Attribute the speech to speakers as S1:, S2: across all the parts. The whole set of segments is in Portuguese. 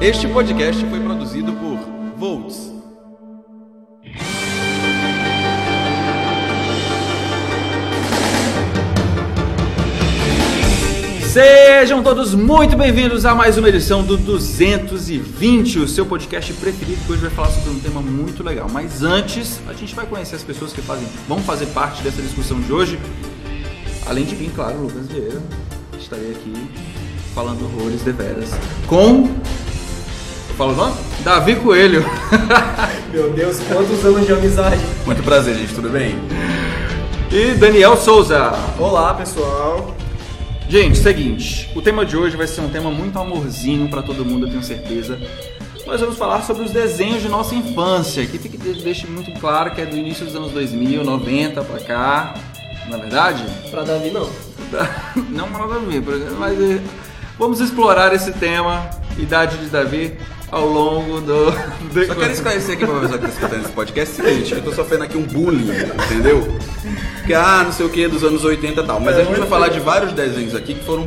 S1: Este podcast foi produzido por Volts. Sejam todos muito bem-vindos a mais uma edição do 220, o seu podcast preferido, que hoje vai falar sobre um tema muito legal. Mas antes, a gente vai conhecer as pessoas que fazem, vão fazer parte dessa discussão de hoje. Além de mim, claro, Lucas Vieira. Estarei aqui falando horrores de veras com. Eu falo o nome? Davi Coelho.
S2: Meu Deus, quantos anos de amizade.
S1: Muito prazer, gente, tudo bem? E Daniel Souza.
S2: Olá, pessoal.
S1: Gente, seguinte, o tema de hoje vai ser um tema muito amorzinho pra todo mundo, eu tenho certeza. Nós vamos falar sobre os desenhos de nossa infância, que fique deixe muito claro que é do início dos anos 2000, 90 pra cá, na verdade.
S2: Pra Davi, não.
S1: Não pra Davi, por exemplo, mas eh, vamos explorar esse tema, idade de Davi, ao longo do. do-
S3: Só quero esclarecer aqui pra pessoa que tá escutando esse podcast é o seguinte, eu tô sofrendo aqui um bullying, entendeu? Que, ah, não sei o que, dos anos 80 e tal. Mas a gente vai falar de vários desenhos aqui que foram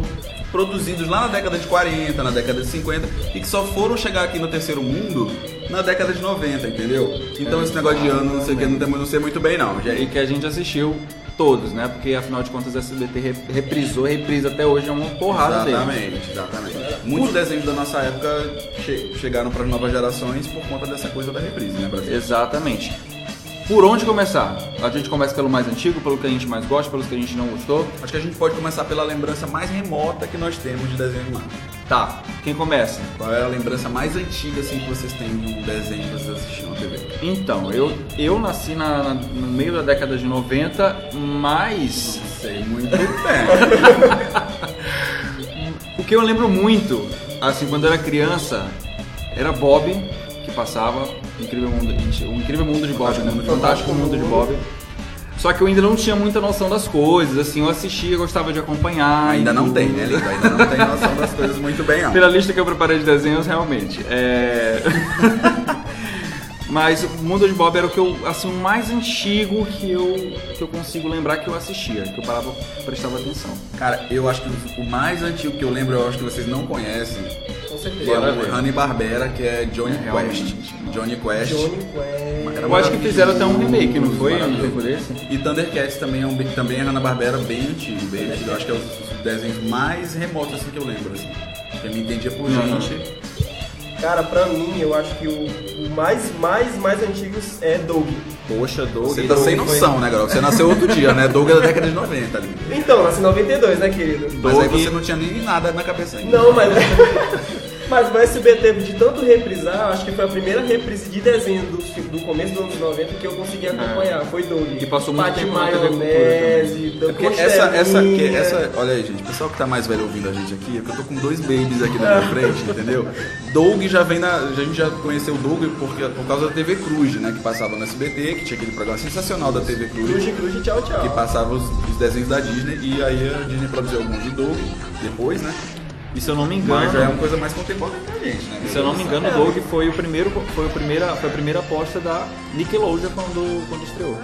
S3: produzidos lá na década de 40, na década de 50, e que só foram chegar aqui no terceiro mundo na década de 90, entendeu? Então esse negócio de ano, não sei o que, não, tem- não sei muito bem não. Já- é
S1: e que a gente assistiu todos, né? Porque afinal de contas a SBT re- reprisou, reprisa até hoje, é uma porrada deles.
S3: Exatamente, exatamente. Muitos desenhos da nossa época che- chegaram pras novas gerações por conta dessa coisa da reprise, né, Brasil?
S1: Exatamente. Por onde começar? A gente começa pelo mais antigo, pelo que a gente mais gosta, pelos que a gente não gostou.
S3: Acho que a gente pode começar pela lembrança mais remota que nós temos de desenho animado.
S1: Tá, quem começa?
S3: Qual é a lembrança mais antiga assim, que vocês têm de um desenho que vocês assistiam na TV?
S1: Então, eu, eu nasci na- na- no meio da década de 90, mas
S3: Sei muito bem.
S1: o que eu lembro muito, assim, quando eu era criança, era Bob que passava, Incrível Mundo, o Incrível Mundo de Bob, né? Fantástico Mundo de Bob. Só que eu ainda não tinha muita noção das coisas, assim, eu assistia, gostava de acompanhar.
S3: Ainda
S1: e
S3: não
S1: tudo.
S3: tem, né, lindo? Ainda não tem noção das coisas muito bem, não.
S1: Pela lista que eu preparei de desenhos, realmente. É... Mas o Mundo de Bob era o que eu, assim, o mais antigo que eu, que eu consigo lembrar que eu assistia, que eu parava, prestava atenção.
S3: Cara, eu acho que o mais antigo que eu lembro, eu acho que vocês não conhecem,
S2: Com
S3: que
S2: certeza.
S3: é
S1: Bora
S3: o
S1: ver.
S3: Hanna-Barbera, que é Johnny
S1: É, realmente,
S3: Quest. Johnny Quest.
S2: Johnny Quest.
S3: Era
S1: Eu acho que fizeram até um remake, não
S3: maravilhoso,
S1: foi? Um
S3: maravilhoso.
S1: tempo desse?
S3: E Thundercats também é, um, bem- também é Hanna-Barbera bem antigo, bem antigo. Eu acho que é um dos desenhos mais remotos assim, que eu lembro. Assim. Que eu me entendia por
S1: Uhum.
S3: gente.
S2: Cara, pra mim, eu acho que o o mais, mais, mais antigo é Doug.
S1: Poxa, Doug.
S3: Você tá sem
S2: Doug
S3: noção, né, garoto? Você nasceu outro dia, né? Doug é da década de 90 ali.
S2: Então, nasci em 92, né, querido?
S3: Mas aí
S1: Doug-
S3: você não tinha nem nada na cabeça ainda.
S2: Não, mas... Mas o SBT, de tanto reprisar, eu acho que foi a primeira reprise de desenho do, do começo dos anos 90 que eu
S3: Ah.
S2: consegui acompanhar. Foi Doug.
S1: E passou muito
S2: Pá de
S1: tempo na TV Cultura
S2: maionese,
S3: É
S2: Doug
S3: porque essa, essa, que- essa, olha aí, gente, o pessoal que tá mais velho ouvindo a gente aqui, é que eu tô com dois babies aqui na minha frente, entendeu? Doug já vem na. A gente já conheceu o Doug porque, por causa da TV Cruz, né? Que passava no SBT, que tinha aquele programa sensacional da TV Cruz,
S2: Cruz, cruz, tchau, tchau.
S3: que passava os, os desenhos da Disney, e aí a Disney produziu alguns de Doug depois, né?
S1: E se eu não me
S3: Mas já é uma
S1: engano,
S3: coisa mais contemporânea pra gente, né?
S1: se eu não me engano, o Doug foi, o primeiro, foi, o primeira, foi a primeira aposta da Nickelodeon quando, quando estreou.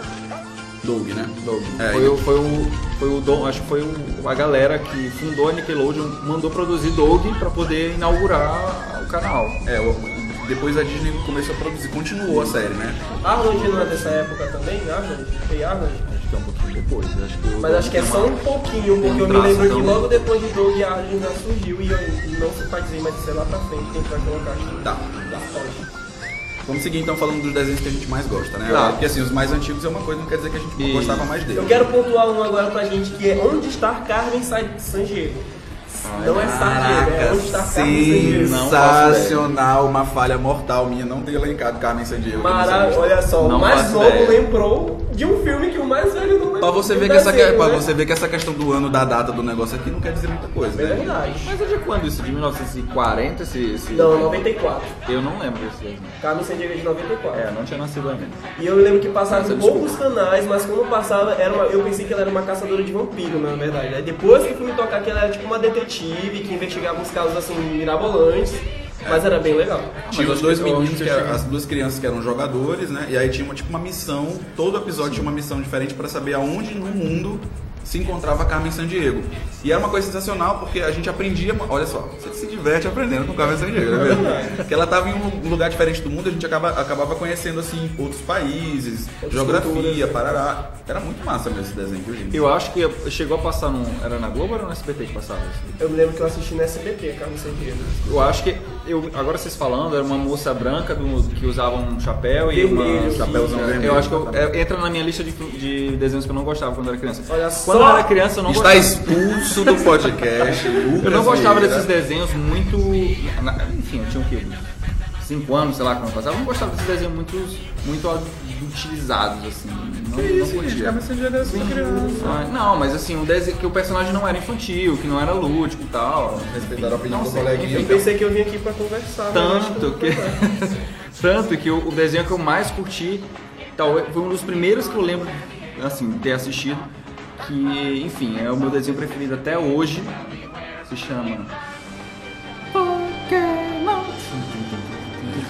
S3: Doug, né? Doug. É,
S1: foi, o, foi, o, foi o Dom, acho que foi o- a galera que fundou a Nickelodeon, mandou produzir Doug pra poder inaugurar o canal.
S3: É, o- depois a Disney começou a produzir, continuou a série, né?
S2: Arnold não é dessa época também? Arnold? Foi Arnold?
S1: Acho que é um pouquinho depois. Acho que o
S2: Mas
S1: Doug
S2: acho que é
S1: tem
S2: só
S1: uma-
S2: um pouquinho, porque eu me
S1: traço,
S2: lembro que
S1: então.
S2: logo depois de Doug e Arnold já surgiu e eu- e não se faz dizer, mas sei lá pra frente quem vai colocar acho que
S3: Tá, tá.
S2: pode.
S3: Vamos seguir então falando dos desenhos que a gente mais gosta, né?
S1: Tá.
S3: Porque assim, os mais antigos é uma coisa, não quer dizer que a gente
S1: E-
S3: não gostava mais dele.
S2: Eu quero pontuar um agora pra gente que é Onde está Carmen Sa- San Diego? não é San Diego, é
S3: Caraca,
S2: Onde está Carmen San Diego.
S1: não
S3: sensacional, uma falha mortal minha não ter elencado Carmen Sandiego.
S2: Maravilha, olha só,
S1: Não
S2: o mais
S1: faço
S2: novo
S1: ideia.
S2: lembrou de um filme que o mais velho não lembrou.
S3: Pra você,
S2: de um
S3: ver que essa,
S2: desenho,
S3: é pra
S2: né?
S3: você ver que essa questão do ano, da data do negócio aqui não quer dizer muita coisa,
S2: É
S3: né?
S2: verdade.
S1: Mas é de quando isso? De 1940? Esse, esse...
S2: Não, 94.
S1: Eu não lembro desse desenho.
S2: Carmen San Diego é de 94.
S1: É, não tinha nascido ainda.
S2: E eu lembro que passaram
S1: Nossa,
S2: poucos canais, mas quando passava, era uma- eu pensei que ela era uma caçadora de vampiro, na verdade. Aí depois que fui me tocar que ela era tipo uma detetive que investigava uns casos assim mirabolantes, mas era bem legal.
S3: Tinha
S1: Ah, mas
S3: os
S1: eu
S3: dois
S1: acho que- eu acho
S3: meninos,
S1: que
S3: que
S1: eu
S3: eram-
S1: cheguei.
S3: as duas crianças que eram jogadores, né? E aí tinha uma, tipo uma missão, todo episódio tinha uma missão diferente pra saber aonde no mundo se encontrava Carmen Sandiego. E era uma coisa sensacional porque a gente aprendia, olha só, você se diverte aprendendo com Carmen Sandiego,
S1: É
S3: né? mesmo? que ela estava em um lugar diferente do mundo, a gente acaba, acabava conhecendo assim outros países,
S2: Outras
S3: geografia,
S2: culturas.
S3: parará. Era muito massa mesmo esse desenho, viu, gente?
S1: Eu acho que chegou a passar num. Era na Globo ou era no SBT que passava isso?
S2: Eu me lembro que eu assisti na SBT, Carmen Sandiego.
S1: Eu acho que. Eu, agora vocês falando, era uma moça branca do- que usava um chapéu e
S2: Vermelho,
S1: uma.
S2: sim.
S1: chapéuzão
S3: Sim,
S1: vermelho.
S3: vermelho, Tá
S1: Eu acho que eu-
S3: exatamente.
S1: é, entra na minha lista de, de desenhos que eu não gostava quando eu era criança.
S2: Olha
S1: quando
S2: só!
S1: eu era criança eu não
S3: Está
S1: gostava.
S3: expulso do podcast. Lucas
S1: Eu não gostava
S3: Vieira.
S1: desses desenhos muito. na- Enfim, eu tinha o quê? 5 anos, sei lá, quando eu passava. Eu não gostava desses desenhos muito, muito utilizados, assim. Não,
S3: Que isso,
S1: não
S3: gente?
S1: podia.
S3: Carmen Sandiego era
S2: Uhum.
S3: sua criança.
S1: Ah, Não, mas assim, o desenho, que o personagem não era infantil, que não era lúdico e tal.
S3: Respeitaram a opinião
S1: Não
S3: do
S1: sei,
S3: coleguinha. é
S2: Eu
S1: enfim.
S2: pensei que eu vim aqui pra conversar. né? mas acho
S1: Tanto
S2: não
S1: que.
S2: foi.
S1: tanto que o, o desenho que eu mais curti, talvez foi um dos primeiros que eu lembro, assim, ter assistido. Que, enfim, é o meu desenho preferido até hoje. Se chama. Pokémon.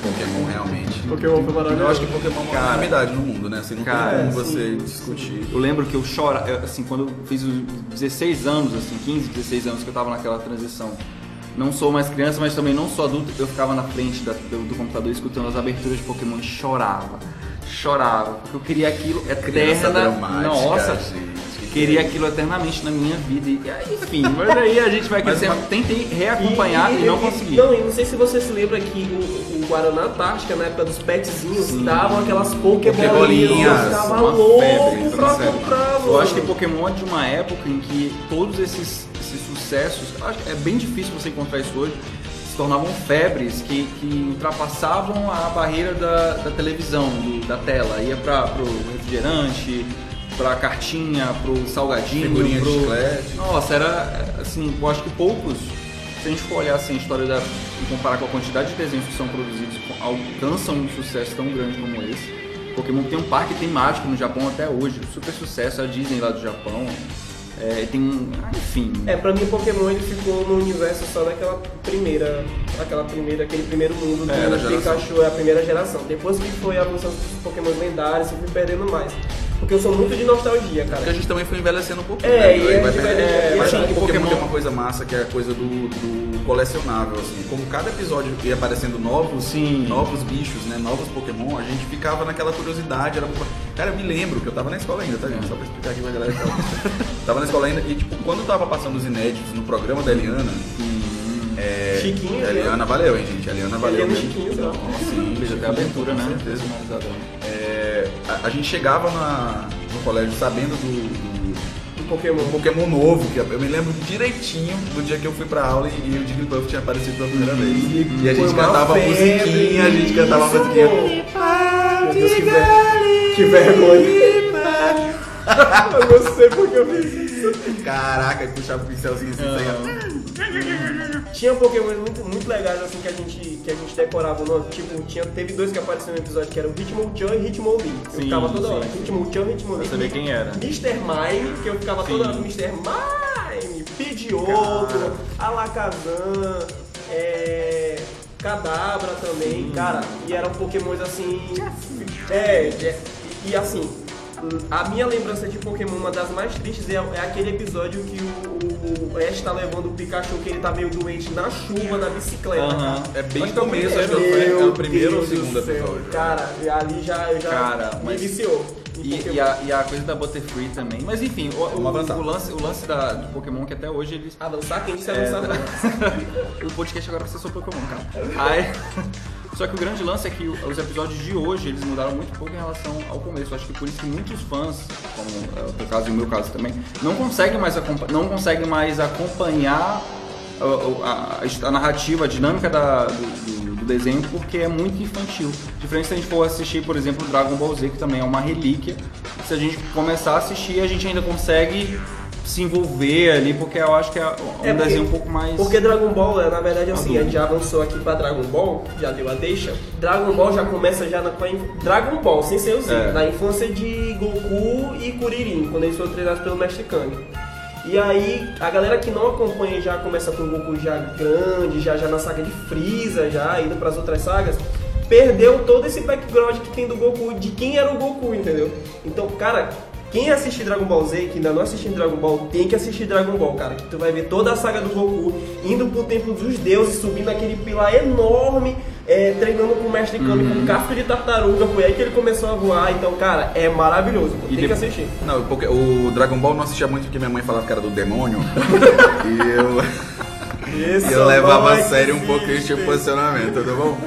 S3: Pokémon é realmente.
S2: Pokémon foi maravilhoso.
S3: Eu acho que Pokémon é uma unanimidade no mundo, né? Assim, não
S1: Cara,
S3: tem como você discutir.
S1: Eu lembro que eu chora, eu, assim, quando eu fiz os 16 anos, assim, 15, 16 anos que eu tava naquela transição. Não sou mais criança, mas também não sou adulto. Eu ficava na frente da- do, do computador escutando as aberturas de Pokémon e chorava. Chorava. Porque eu queria aquilo
S3: É Criança
S1: eterna.
S3: dramática,
S1: Nossa,
S3: gente.
S1: queria aquilo eternamente na minha vida. E, aí, enfim, mas aí a gente vai
S3: Mas
S1: crescendo.
S3: uma-
S1: Tentei reacompanhar e, não consegui.
S2: Não, e não sei se você se lembra que o, o Guaraná Antártica, na época dos petzinhos, davam aquelas pokebolinhas.
S3: Pokebolinhas,
S2: Eu ficava
S3: uma febre,
S2: louco pra
S3: nossa,
S2: comprar, mano.
S1: Eu acho que Pokémon é de uma época em que todos esses, esses sucessos, eu acho que é bem difícil você encontrar isso hoje, se tornavam febres que, que ultrapassavam a barreira da, da televisão, do- da tela. Ia para pro refrigerante, pra cartinha, pro salgadinho,
S3: Figurinha de
S1: pro...
S3: chiclete.
S1: Nossa, era assim, eu acho que poucos. Se a gente for olhar assim, a história da. e comparar com a quantidade de desenhos que são produzidos, com- alcançam um sucesso tão grande como esse. Pokémon tem um parque temático no Japão até hoje, super sucesso, a Disney lá do Japão. É, tem um. ah, enfim.
S2: É, pra mim Pokémon ele ficou no universo só daquela primeira, aquela primeira, aquele primeiro mundo
S3: É, da
S2: do
S3: geração.
S2: Pikachu, é a primeira geração. Depois que foi a evolução dos Pokémon lendários, eu fui perdendo mais. Porque eu sou muito de nostalgia,
S3: Porque a
S2: cara.
S3: gente também foi envelhecendo um pouquinho.
S2: É,
S3: né?
S2: e
S3: Aí
S2: a
S3: vai
S2: gente vai
S3: perdendo-
S2: deixando-
S3: mas
S2: assim,
S3: o Pokémon,
S1: Pokémon-
S3: tem uma coisa massa que é a coisa do, do colecionável, assim. Como cada episódio ia aparecendo novos,
S1: Sim.
S3: novos bichos, né? Novos Pokémon, a gente ficava naquela curiosidade. Era... Cara, eu me lembro que eu tava na escola ainda, tá,
S2: É.
S3: gente? Só pra explicar aqui pra galera. que tava- tava na escola ainda e, tipo, quando tava passando os inéditos no programa da Eliana. é,
S2: Chiquinho,
S3: A Eliana valeu, hein, gente? A Eliana valeu.
S2: Eliana
S3: mesmo.
S2: Chiquinho, tá?
S3: Sim,
S1: Veja, até a
S3: Chiquinho,
S1: aventura,
S3: com
S1: né?
S3: certeza.
S1: Personalizadão.
S3: É, a, a gente chegava na- no colégio sabendo do, do
S2: né, Do Pokémon.
S3: Pokémon novo, que eu me lembro direitinho do dia que eu fui pra aula e, e o Jigglypuff tinha aparecido pela primeira vez. E a
S2: Foi
S3: gente
S2: uma
S3: cantava
S2: febre,
S3: musiquinha, a gente cantava
S2: isso,
S3: musiquinha.
S2: Meu Deus, que, ver... que vergonha. eu não sei porque eu fiz isso.
S3: Caraca, que puxava o pincelzinho assim, saía-
S2: Tinha um Pokémon muito, muito legais assim que a gente, que a gente decorava o nome. Tipo, tinha, teve dois que apareceram no episódio que eram Hitmonchan e Hitmonlee. Eu
S1: Sim,
S2: ficava toda
S1: sim,
S2: hora.
S1: sim.
S2: Hitmonchan e Hitmonlee.
S1: Pra saber quem era.
S2: Mr. Mime, que eu ficava toda hora com Mr. Mime, Pidgeotto, Alakazam, é. Cadabra também, cara. E eram pokémons assim. É, é, e assim. A minha lembrança de Pokémon, uma das mais tristes, é, é aquele episódio que o, o Ash tá levando o Pikachu, que ele tá meio doente, na chuva, na bicicleta.
S1: Aham.
S2: cara.
S3: É bem
S2: Acho que é o
S3: começo, acho que
S2: primeiro.
S3: foi- é o
S2: Meu
S3: primeiro ou
S2: Deus do
S3: segundo
S2: céu.
S3: episódio.
S2: Cara, e ali já, eu já
S1: Cara,
S2: me
S1: mas-
S2: viciou. em
S1: E,
S2: Pokémon.
S1: e a, e a coisa da Butterfree também. Mas enfim, o, o-
S3: Vamos avançar.
S1: o lance, o lance da, do Pokémon que até hoje eles.
S2: Avançar, quem disse
S1: É,
S2: avançar?
S1: da-
S2: não.
S1: o podcast agora precisa sobre Pokémon, cara. Aí- Só que o grande lance é que o- os episódios de hoje eles mudaram muito pouco em relação ao começo. Acho que por isso que muitos fãs, como é, o teu caso e o meu caso também, não conseguem mais, acompa- não conseguem mais acompanhar a, a- a narrativa, a dinâmica da- do, do- do desenho, porque é muito infantil. Diferente se a gente for assistir, por exemplo, Dragon Ball Z, que também é uma relíquia. Se a gente começar a assistir, a gente ainda consegue se envolver ali, porque eu acho que é um
S2: porque-
S1: desenho um pouco mais.
S2: Porque Dragon Ball, né, na verdade, assim,
S1: Adulto.
S2: a gente já avançou aqui pra Dragon Ball, já deu a deixa. Dragon Ball já começa já na, com a in- Dragon Ball, sem ser o Z,
S1: É.
S2: na infância de Goku e Kuririn, quando eles foram treinados pelo Mestre Kami. E aí, a galera que não acompanha já começa com o Goku já grande, já, já na saga de Freeza, já indo pras outras sagas. Perdeu todo esse background que tem do Goku, de quem era o Goku, entendeu? Então, cara, Quem assistir Dragon Ball Z, que ainda não assistiu Dragon Ball, tem que assistir Dragon Ball, cara. Que tu vai ver toda a saga do Goku indo pro templo dos deuses, subindo aquele pilar enorme, é, treinando com o mestre Kami
S3: Uhum.
S2: com casco de tartaruga. Foi aí que ele começou a voar. Então, cara, é maravilhoso.
S1: E
S2: Tem que
S1: depois-
S2: assistir.
S3: Não, porque o Dragon Ball eu não assistia muito porque minha mãe falava que era do demônio. e eu. E
S2: é
S3: eu levava a sério um pouquinho esse posicionamento, tá bom?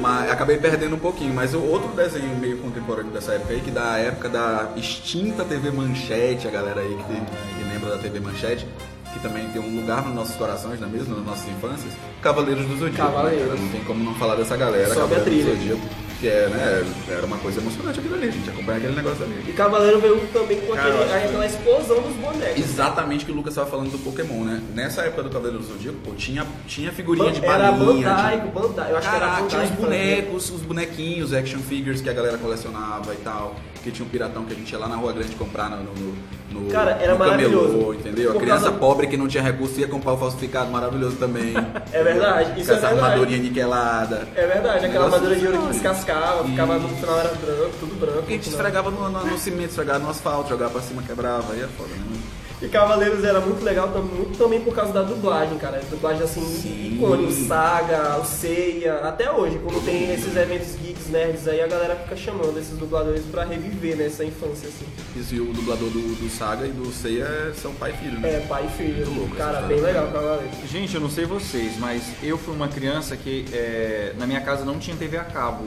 S3: Mas acabei perdendo um pouquinho. Mas o outro desenho meio contemporâneo dessa época aí, que da época da extinta TV Manchete, a galera aí que, tem- que lembra da TV Manchete, que também tem um lugar nos nossos corações, não é mesmo? Nas nossas infâncias, Cavaleiros do Zodíaco. né,
S2: Cavaleiros.
S3: cara? Não tem como não falar dessa galera,
S2: Sobe a
S3: Cavaleiros do
S2: trilha.
S3: Zodíaco. Que é, né, era uma coisa emocionante aquilo ali, gente. Acompanhar aquele negócio ali.
S2: E Cavaleiro veio também com
S4: Cara, eu
S2: aquele,
S4: acho que-
S2: aquela explosão dos bonecos.
S3: Exatamente o que o Lucas estava falando do Pokémon, né? Nessa época do Cavaleiro do Zodíaco, pô, tinha, tinha figurinha de
S2: era
S3: balinha, tipo.
S2: Bandai,
S3: tinha-
S2: Bandai. Eu acho
S3: Caraca,
S2: que
S3: tinha
S2: era
S3: os
S2: Bandai. que fazia.
S3: bonecos, os bonequinhos, action figures que a galera colecionava e tal. Que tinha um piratão que a gente ia lá na Rua Grande comprar no, no, no-
S2: Cara, era
S3: no camelô,
S2: maravilhoso.
S3: entendeu? A
S2: Comprava-
S3: criança pobre que não tinha recurso ia comprar o falsificado, maravilhoso também.
S2: É verdade,
S3: Com
S2: isso é
S3: essa
S2: verdade.
S3: armadurinha niquelada.
S2: É verdade, aquela
S3: Nossa,
S2: armadura de ouro que
S3: senhora.
S2: descascava, ficava no final era branco, tudo branco.
S3: Porque a gente
S2: no final.
S3: esfregava no, no, no cimento, esfregava no asfalto, jogava pra cima, quebrava, aí é foda, né?
S2: E Cavaleiros era muito legal tam- muito também por causa da dublagem, cara. Dublagem assim,
S3: Sim.
S2: icônica, o Saga, o Seiya, até hoje, quando tem esses eventos geeks, nerds aí, a galera fica chamando esses dubladores pra reviver né, essa infância assim.
S3: Isso, e o dublador do, do Saga e do Seiya são pai e filho, né?
S2: É, pai e filho,
S3: Muito louco
S2: cara,
S3: essa
S2: bem
S3: história.
S2: legal Cavaleiros.
S1: Gente, eu não sei vocês, mas eu fui uma criança que é, na minha casa não tinha TV a cabo.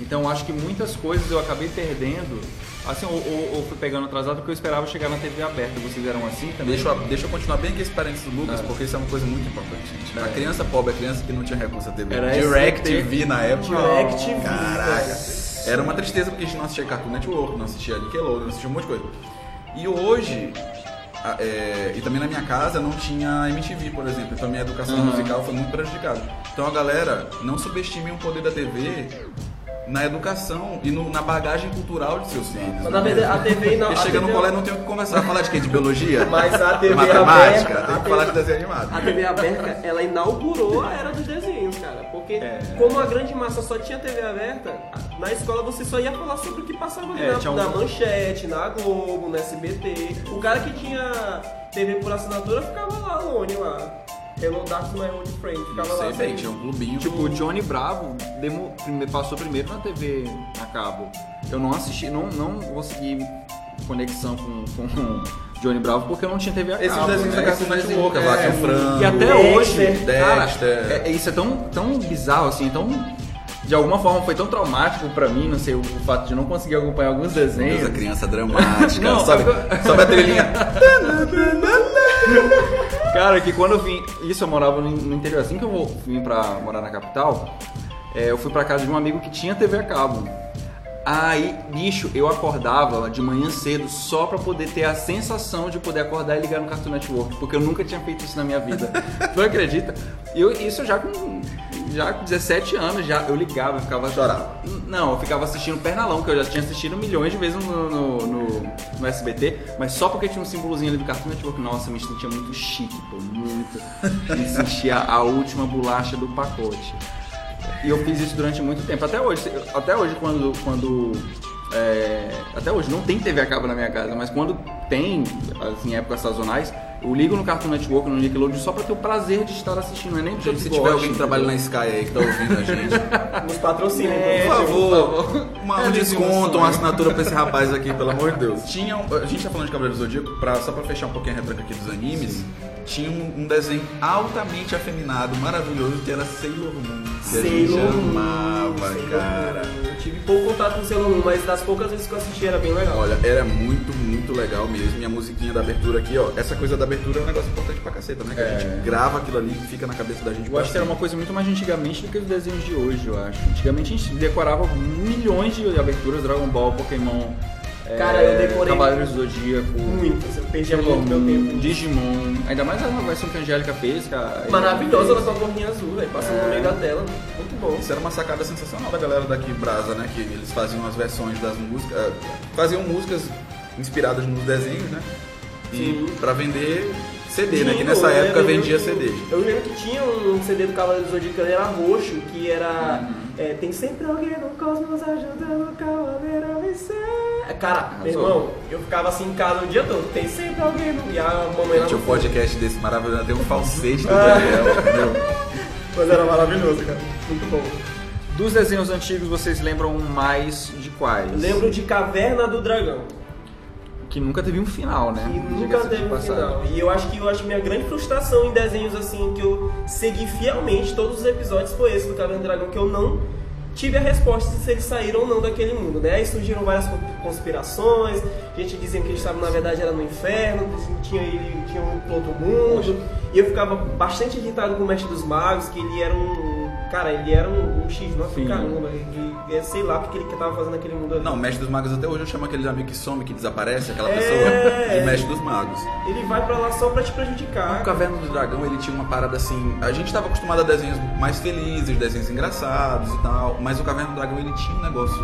S1: Então acho que muitas coisas eu acabei perdendo, assim, ou, ou- ou fui pegando atrasado porque eu esperava chegar na TV aberta. Vocês eram assim também?
S3: Deixa eu, deixa eu continuar bem aqui esse parênteses do
S2: Ah.
S3: Lucas,
S1: É.
S3: porque isso é uma coisa muito importante, gente.
S1: É.
S3: A criança pobre, a criança que não tinha recurso à TV.
S1: Era
S3: Direct
S1: SBT.
S3: TV na época.
S2: Direct TV,
S3: Caraca.
S2: cara.
S3: Era uma tristeza porque a gente não assistia Cartoon Network, não assistia Nickelodeon, não assistia um monte de coisa. E hoje. a- é, e também na minha casa não tinha MTV, por exemplo. Então a minha educação
S1: Uhum.
S3: musical foi muito prejudicada. Então a galera, não subestime o poder da TV na educação e no- na bagagem cultural de seus filhos.
S2: Mas
S3: né?
S2: na verdade a TV não.
S3: Porque
S2: a é
S3: chega
S2: TV
S3: no colégio não tem o que conversar. Falar de quê? De biologia?
S2: Mas a TV
S3: Matemática?
S2: aberta-
S3: tem
S2: a
S3: que falar de
S2: TV
S3: desenho animado.
S2: A TV aberta, ela inaugurou a era dos desenhos, cara. Porque
S3: É.
S2: como a grande massa só tinha TV aberta, na escola você só ia falar sobre o que passava ali
S1: É,
S2: na,
S1: tinha um-
S2: na manchete, na Globo, na SBT. O cara que tinha TV por assinatura ficava lá longe lá. Hello Darkness, My Old Friend, ficava
S3: Não sei
S2: lá.
S3: bem, tinha um clubinho.
S1: Tipo, o Johnny Bravo demo- prime- passou primeiro na TV a cabo. Eu não assisti, não, não consegui conexão com, com Johnny Bravo porque eu não tinha TV a cabo.
S3: Esses desenhos da
S1: né?
S3: Cartoon
S1: Esses
S3: Network, a
S1: desenhos-
S3: Vaca e o Frango.
S1: E até
S2: Dexter.
S1: hoje, cara,
S3: Dexter.
S1: é- é- isso é tão, tão bizarro, assim, tão. De alguma forma foi tão traumático pra mim, não sei, o, o fato de não conseguir acompanhar alguns
S3: Meu Deus,
S1: desenhos.
S3: a criança dramática.
S1: Não,
S3: sobe,
S1: agora-
S3: sobe a trilhinha.
S1: Cara, é que quando eu vim. Isso, eu morava no, no interior. Assim que eu vou- vim pra morar na capital, é, eu fui pra casa de um amigo que tinha TV a cabo. Aí, bicho, eu acordava de manhã cedo só pra poder ter a sensação de poder acordar e ligar no Cartoon Network, porque eu nunca tinha feito isso na minha vida. tu acredita? Eu, isso já com, já com 17 anos, já eu ligava, eu ficava
S3: Chorava.
S1: não, eu ficava assistindo Pernalão, que eu já tinha assistido milhões de vezes no, no, no- no SBT, mas só porque tinha um símbolozinho ali do Cartoon Network, nossa, me sentia muito chique, pô, muito. Me sentia a última bolacha do pacote. E eu fiz isso durante muito tempo. Até hoje, eu- até hoje quando. quando é, até hoje não tem TV a cabo na minha casa, mas quando tem, assim, épocas sazonais, eu ligo no Cartoon Network, no Nickelodeon, só pra ter o prazer de estar assistindo, não é nem porque eu
S3: Então, Se
S1: gosto,
S3: tiver alguém que
S1: entendeu?
S3: trabalha na Sky aí que tá ouvindo a
S2: É,
S3: gente,
S2: Nos patrocínios.
S1: É,
S3: por
S2: tá
S3: favor, uma,
S1: É,
S3: um
S1: liga um
S3: desconto,
S1: sonho.
S3: uma assinatura pra esse rapaz aqui, pelo amor de Deus. Tinha um- a gente tá falando de Cavaleiro do Zodíaco, pra, só pra fechar um pouquinho a retranca aqui dos animes, tinha um, um desenho altamente afeminado, maravilhoso, que era Sailor Moon. Que a gente
S2: Sailor Moon,
S3: amava,
S2: Sailor
S3: cara.
S2: Moon. Eu tive pouco contato com o Sailor Moon, mas das poucas vezes que eu assisti era bem legal.
S3: Olha, era muito, muito legal mesmo. E a musiquinha da abertura aqui, ó. Essa coisa da abertura é um negócio importante pra caceta, né? Que a
S1: É.
S3: gente grava aquilo ali e fica na cabeça da gente.
S1: Eu acho que era uma coisa muito mais antigamente do que os desenhos de hoje, eu acho. Antigamente a gente decorava milhões de aberturas, Dragon Ball, Pokémon, é,
S2: Cara, eu decorei
S1: Cavaleiros do Zodíaco,
S2: Muito, eu perdia
S1: Sailor
S2: muito meu
S1: Moon,
S2: tempo.
S1: Digimon, ainda mais a versão que a Angélica fez, cara.
S2: Maravilhosa ela com a gorrinha azul, velho. Passando no meio da tela. Muito bom.
S3: Isso era uma sacada sensacional da galera daqui Brasa, né? Que eles faziam as versões das músicas. eh, Faziam músicas inspiradas nos desenhos, né? E
S2: Sim.
S3: pra vender CD, né? Que
S2: Tinha,
S3: nessa
S2: eu
S3: época
S2: lembro
S3: vendia
S2: que-
S3: CD. Uhum.
S2: Eu lembro que tinha um CD do Cavaleiro do Zodíaco, ele era roxo, que era. É, tem sempre alguém no cosmos ajudando o cavaleiro a vencer. Cara, meu
S3: Arrasou.
S2: irmão, eu ficava assim em casa o dia todo. Tem sempre alguém no. E a mamãe lá
S3: Gente,
S2: no
S3: um podcast desse maravilhoso tem um falsete do Daniel, entendeu?
S2: Mas era maravilhoso, cara. Muito bom.
S1: Dos desenhos antigos, vocês lembram um mais de quais?
S2: Lembro de Caverna do Dragão.
S1: Que nunca teve um final, né?
S2: E nunca
S1: Diga-se de
S2: teve um
S1: passagem.
S2: final. E eu acho que eu acho que minha grande frustração em desenhos assim, que eu segui fielmente todos os episódios, foi esse do Caverna do Dragão, que eu não tive a resposta se eles saíram ou não daquele mundo, né? Aí surgiram várias con- conspirações, gente dizendo que eles estavam, na verdade, era no inferno, que tinha, ele- tinha um pro outro mundo. E eu ficava bastante irritado com o Mestre dos Magos, que ele era um... Cara, ele era um, um X, nossa,
S1: Sim.
S2: caramba, e- e- sei lá o que que ele tava fazendo naquele mundo ali.
S3: Não, o Mestre dos Magos até hoje eu chamo aquele amigo que some, que desaparece, aquela
S2: É.
S3: pessoa de Mestre dos Magos.
S2: Ele vai pra lá só pra te prejudicar.
S3: O Caverna do Dragão, ele tinha uma parada assim. A gente tava acostumado a desenhos mais felizes, desenhos engraçados e tal. Mas o Caverna do Dragão, ele tinha um negócio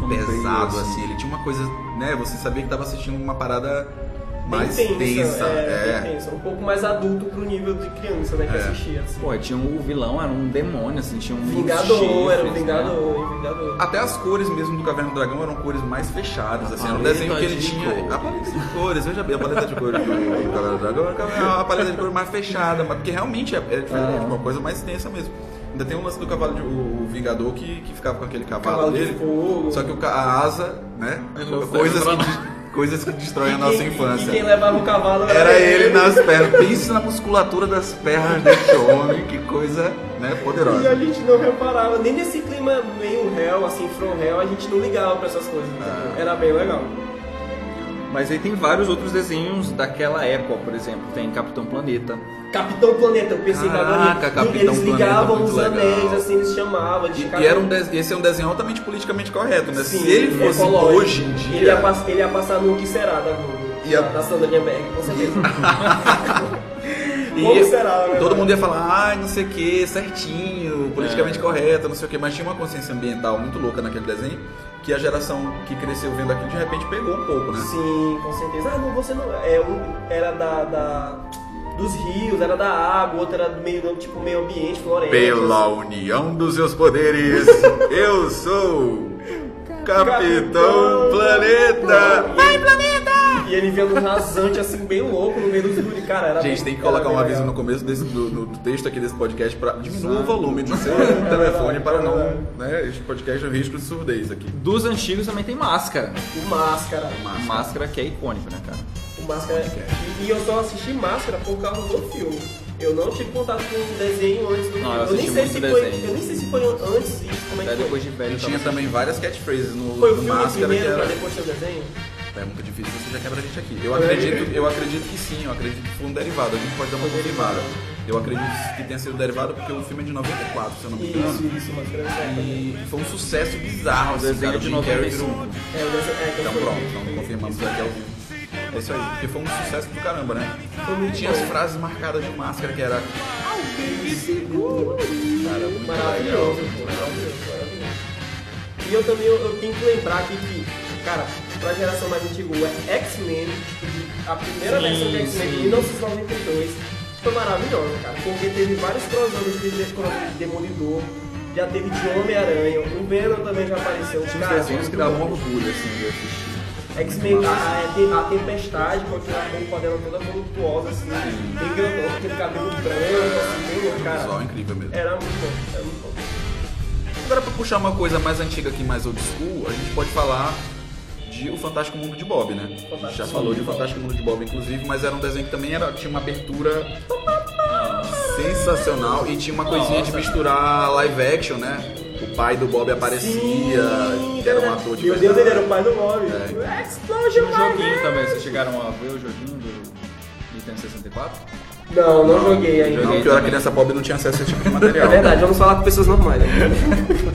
S1: Sombrio,
S3: pesado,
S1: assim.
S3: assim. Ele tinha uma coisa, né? Você sabia que tava assistindo uma parada
S2: Bem
S3: mais
S2: tensa,
S3: tensa.
S2: é, bem
S3: É.
S2: tensa, um pouco mais adulto pro nível de criança, né, que
S3: É.
S2: assistia, assim.
S1: Pô, tinha um, o vilão era um demônio, assim, tinha um.
S2: Vingador, era o
S1: chifres, né?
S2: Vingador, Vingador.
S3: Até as cores mesmo do Caverna do Dragão eram cores mais fechadas,
S1: A
S3: assim. Era um
S1: paleta
S3: desenho que ele
S1: de
S3: tinha.
S1: cores.
S3: A paleta de cores, veja bem, a paleta de cores do do Caverna do Dragão era uma paleta de cores mais fechada, mas porque realmente é, é diferente,
S1: Ah.
S3: uma coisa mais tensa mesmo. Ainda tem um lance do cavalo de, o, o Vingador que, que ficava com aquele cavalo,
S2: Cavalo de
S3: dele.
S2: fogo.
S3: Só que o, ca- a asa, né?
S1: Não
S3: Coisas
S1: serve
S3: que,
S1: pra
S3: de- coisas que destroem a
S2: E
S3: nossa
S2: quem-
S3: infância.
S2: E quem levava o cavalo
S3: Era ele nas pernas. Pense na musculatura das pernas desse homem, que coisa, né,
S2: E a
S3: poderosa.
S2: gente não reparava, nem nesse clima meio réu, assim, from réu, a gente não ligava pra essas coisas. entendeu?
S3: Ah.
S2: Era bem legal.
S1: Mas aí tem vários outros desenhos daquela época, por exemplo. Tem Capitão Planeta.
S2: Capitão Planeta, eu pensei que agora
S3: Caraca, Capitão
S2: eles
S3: Planeta,
S2: ligavam
S3: muito
S2: os
S3: legal.
S2: anéis, assim, eles chamavam de
S3: E,
S2: cada-
S3: e era um des- esse é um desenho altamente politicamente correto, né?
S2: Sim,
S3: Se ele fosse
S2: ecológico.
S3: hoje em dia.
S2: Ele ia, pass- ele ia passar no que será da Globo.
S3: Ia-
S2: Da Sandra Berg, com certeza.
S3: e-
S2: Como será, né?
S3: todo mundo ia falar, ai, não sei o que, certinho, politicamente correto, não sei o que, mas tinha uma consciência ambiental muito louca naquele desenho, que a geração que cresceu vendo aquilo de repente pegou um pouco, né?
S2: Sim, com certeza. Ah, não, você não. É, um era da, da- dos rios, era da água, outro era do meio do tipo meio ambiente, floresta.
S3: Pela união dos seus poderes, eu sou Capitão
S2: Capitão
S3: Planeta!
S2: Vai, planeta! E ele vinha num rasante assim, bem louco no meio dos guri, cara. Era
S3: Gente,
S2: bem-
S3: tem que colocar
S2: Tá era bem
S3: um aviso
S2: legal.
S3: no começo desse, do, no- do texto aqui desse podcast pra diminuir o
S1: Exato.
S3: volume do seu telefone para
S2: É.
S3: não. Né, este podcast é um risco de surdez aqui.
S1: Dos antigos também tem Máscara. né?
S2: O máscara.
S1: Máscara, que é icônico, né, cara?
S2: O máscara. E, e eu só assisti máscara por causa do filme. Eu não tive contato com o desenho antes do
S1: Não, eu
S2: filme. nem
S1: assisti
S2: sei
S1: muito
S2: se
S1: desenho.
S2: foi. Eu nem sei se foi antes disso, como é
S1: Até
S2: que foi.
S1: depois de
S3: E
S1: velho
S3: tinha
S1: tava-
S3: também várias catchphrases no,
S2: Foi o
S3: no
S2: filme
S3: Máscara que
S2: primeiro, né?
S3: era.
S2: pra depois ter o desenho?
S3: É muito difícil, você já quebra a gente aqui. Eu acredito,
S2: É.
S3: eu acredito que sim, eu acredito que foi um derivado. A gente pode dar uma derivada. Eu acredito que tenha sido derivado porque o filme é de 94, se eu não me engano.
S2: Isso, isso, máscara. é,
S3: E foi um sucesso bizarro.
S1: O
S3: assim,
S1: desenho
S3: cara.
S1: de
S3: O Jim Carrey
S1: 95.
S3: virou um-
S2: É, o desenho. É,
S3: Então
S2: foi.
S3: pronto, então confirmamos aqui ao vivo. É isso aí, porque foi um sucesso do caramba, né? E tinha as frases marcadas de máscara que era.
S2: Maravilhoso, pô, é
S3: Cara, muito legal.
S2: um maravilhoso, maravilhoso. E eu também eu, eu tenho que lembrar aqui que, cara, pra geração mais antiga, o X-Men, tipo, a primeira
S1: Sim,
S2: versão de X-Men de
S1: sim.
S2: 1992, foi maravilhosa, cara, porque teve vários crossovers, teve de Demolidor, já teve de Homem-Aranha, o Venom também já apareceu,
S1: Tinha uns
S2: cara,
S1: desenhos que
S2: muito
S1: davam
S2: bom.
S1: orgulho, assim, de assistir.
S2: X-Men, tá, a, a, a tempestade, com aquela roupa dela toda voluptuosa, assim, bem grandão, com aquele cabelo branco, assim, bem,
S3: É. Visual
S2: cara,
S3: incrível mesmo.
S2: era muito bom, era muito bom.
S3: Agora, pra puxar uma coisa mais antiga aqui, mais old school, a gente pode falar de O Fantástico Mundo de Bob, né? A gente já
S2: Fantástico
S3: falou de
S2: Mundo de
S3: O
S2: Bob.
S3: Fantástico Mundo de Bob, inclusive, mas era um desenho que também era, tinha uma abertura sensacional e tinha uma coisinha de misturar live action, né? O pai do Bob aparecia, que era um ator de
S2: Meu Deus, ele
S3: verdade.
S2: era o pai do Bob.
S3: É.
S2: Explode
S1: Tinha
S2: o
S1: um joguinho também, vocês chegaram a ver o joguinho do Nintendo 64?
S2: Não, não joguei ainda.
S3: Não, porque eu era criança pobre e não tinha acesso a esse tipo de material.
S2: É verdade, vamos falar com pessoas normais. Né?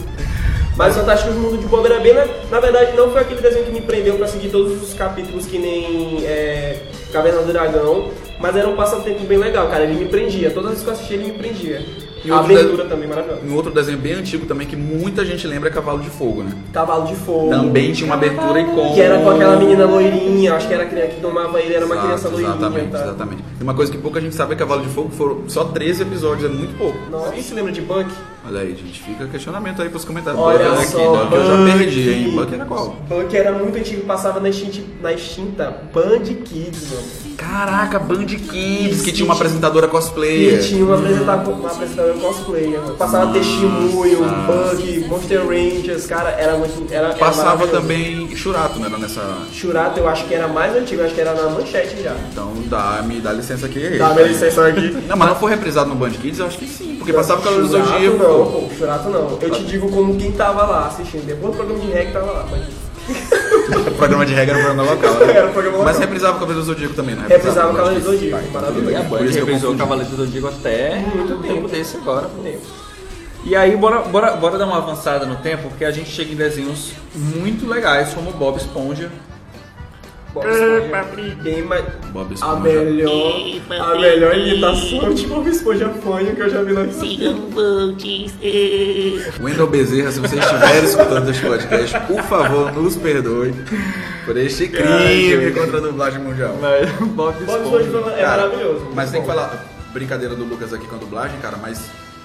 S2: Mas Fantástico Mundo de Bob era bem. Na, na verdade, não foi aquele desenho que me prendeu pra seguir todos os capítulos que nem é, Caverna do Dragão. Mas era um passatempo bem legal, cara. Ele me prendia. Todas as vezes que eu assistia, ele me prendia.
S3: Em
S2: a
S3: outro de-
S2: abertura também maravilhosa.
S3: Em outro desenho bem antigo também, que muita gente lembra é Cavalo de Fogo, né?
S2: Cavalo de Fogo.
S3: Também tinha uma abertura icônica.
S2: Que era com aquela menina loirinha, acho que era a criança que domava ele, era uma
S3: Exato,
S2: criança loirinha.
S3: Exatamente,
S2: tá?
S3: exatamente. E uma coisa que pouca gente sabe é que Cavalo de Fogo foram só 13 episódios, é muito pouco.
S2: Nossa, e se lembra de Buck?
S3: Olha aí, gente, fica questionamento aí pros comentários.
S2: Olha
S3: Buck era
S2: só,
S3: aqui, né, que eu já
S2: Buck.
S3: perdi, hein? Buck era qual?
S2: Buck era muito antigo, passava na extinta, na extinta Band Kids, mano.
S3: Caraca, Band Kids, que tinha uma apresentadora
S2: E
S3: cosplayer.
S2: tinha uma apresentadora, uma apresentadora cosplayer, mano. Passava testemunho, Buck, Monster Rangers, cara, era muito. Era, era
S3: Passava
S2: é maravilhoso.
S3: também Churato, né? Era nessa.
S2: Churato, eu acho que era mais antigo, eu acho que era na manchete já. Tá,
S3: Então dá, me dá licença aqui.
S2: Dá minha licença é aqui.
S3: Não, mas não foi reprisado no Band Kids, eu acho que sim. Porque passava Cavaleiro do
S2: Churato
S3: Zodíaco.
S2: Não, pô, Churato não. Eu te digo como quem tava lá assistindo. Depois do programa de reggae tava lá, mas.
S3: É, O programa de regra era o programa local, né?
S2: Era o programa
S3: Mas
S2: local.
S3: reprisava o Cavaleiro do Zodíaco também, né?
S2: Reprisava o
S3: Band
S2: Cavaleiro do
S3: Kids.
S2: Zodíaco,
S1: E a
S2: maravilhoso.
S1: Band
S3: Por isso que eu
S1: reprisou o
S3: confundi.
S1: Cavaleiro do Zodíaco até muito tempo, desse agora. pô.
S2: Tempo.
S1: E aí, bora, bora, bora dar uma avançada no tempo, porque a gente chega em desenhos muito legais, como Bob Esponja.
S2: Bob Esponja. Quem mais-
S3: Bob
S2: A
S3: Esponja.
S2: melhor, a melhor imitação de Bob Esponja fanho que eu já vi na vida.
S4: Sigam Voltes. eh.
S3: Wendel Bezerra, se você estiver escutando este podcast, por favor, nos perdoe por este crime contra a dublagem mundial.
S1: Mas Bob
S2: Bob
S1: Esponja.
S2: Esponja é
S3: Cara,
S2: maravilhoso.
S3: Mas tem que falar, brincadeira do Lucas aqui com a dublagem, cara, mas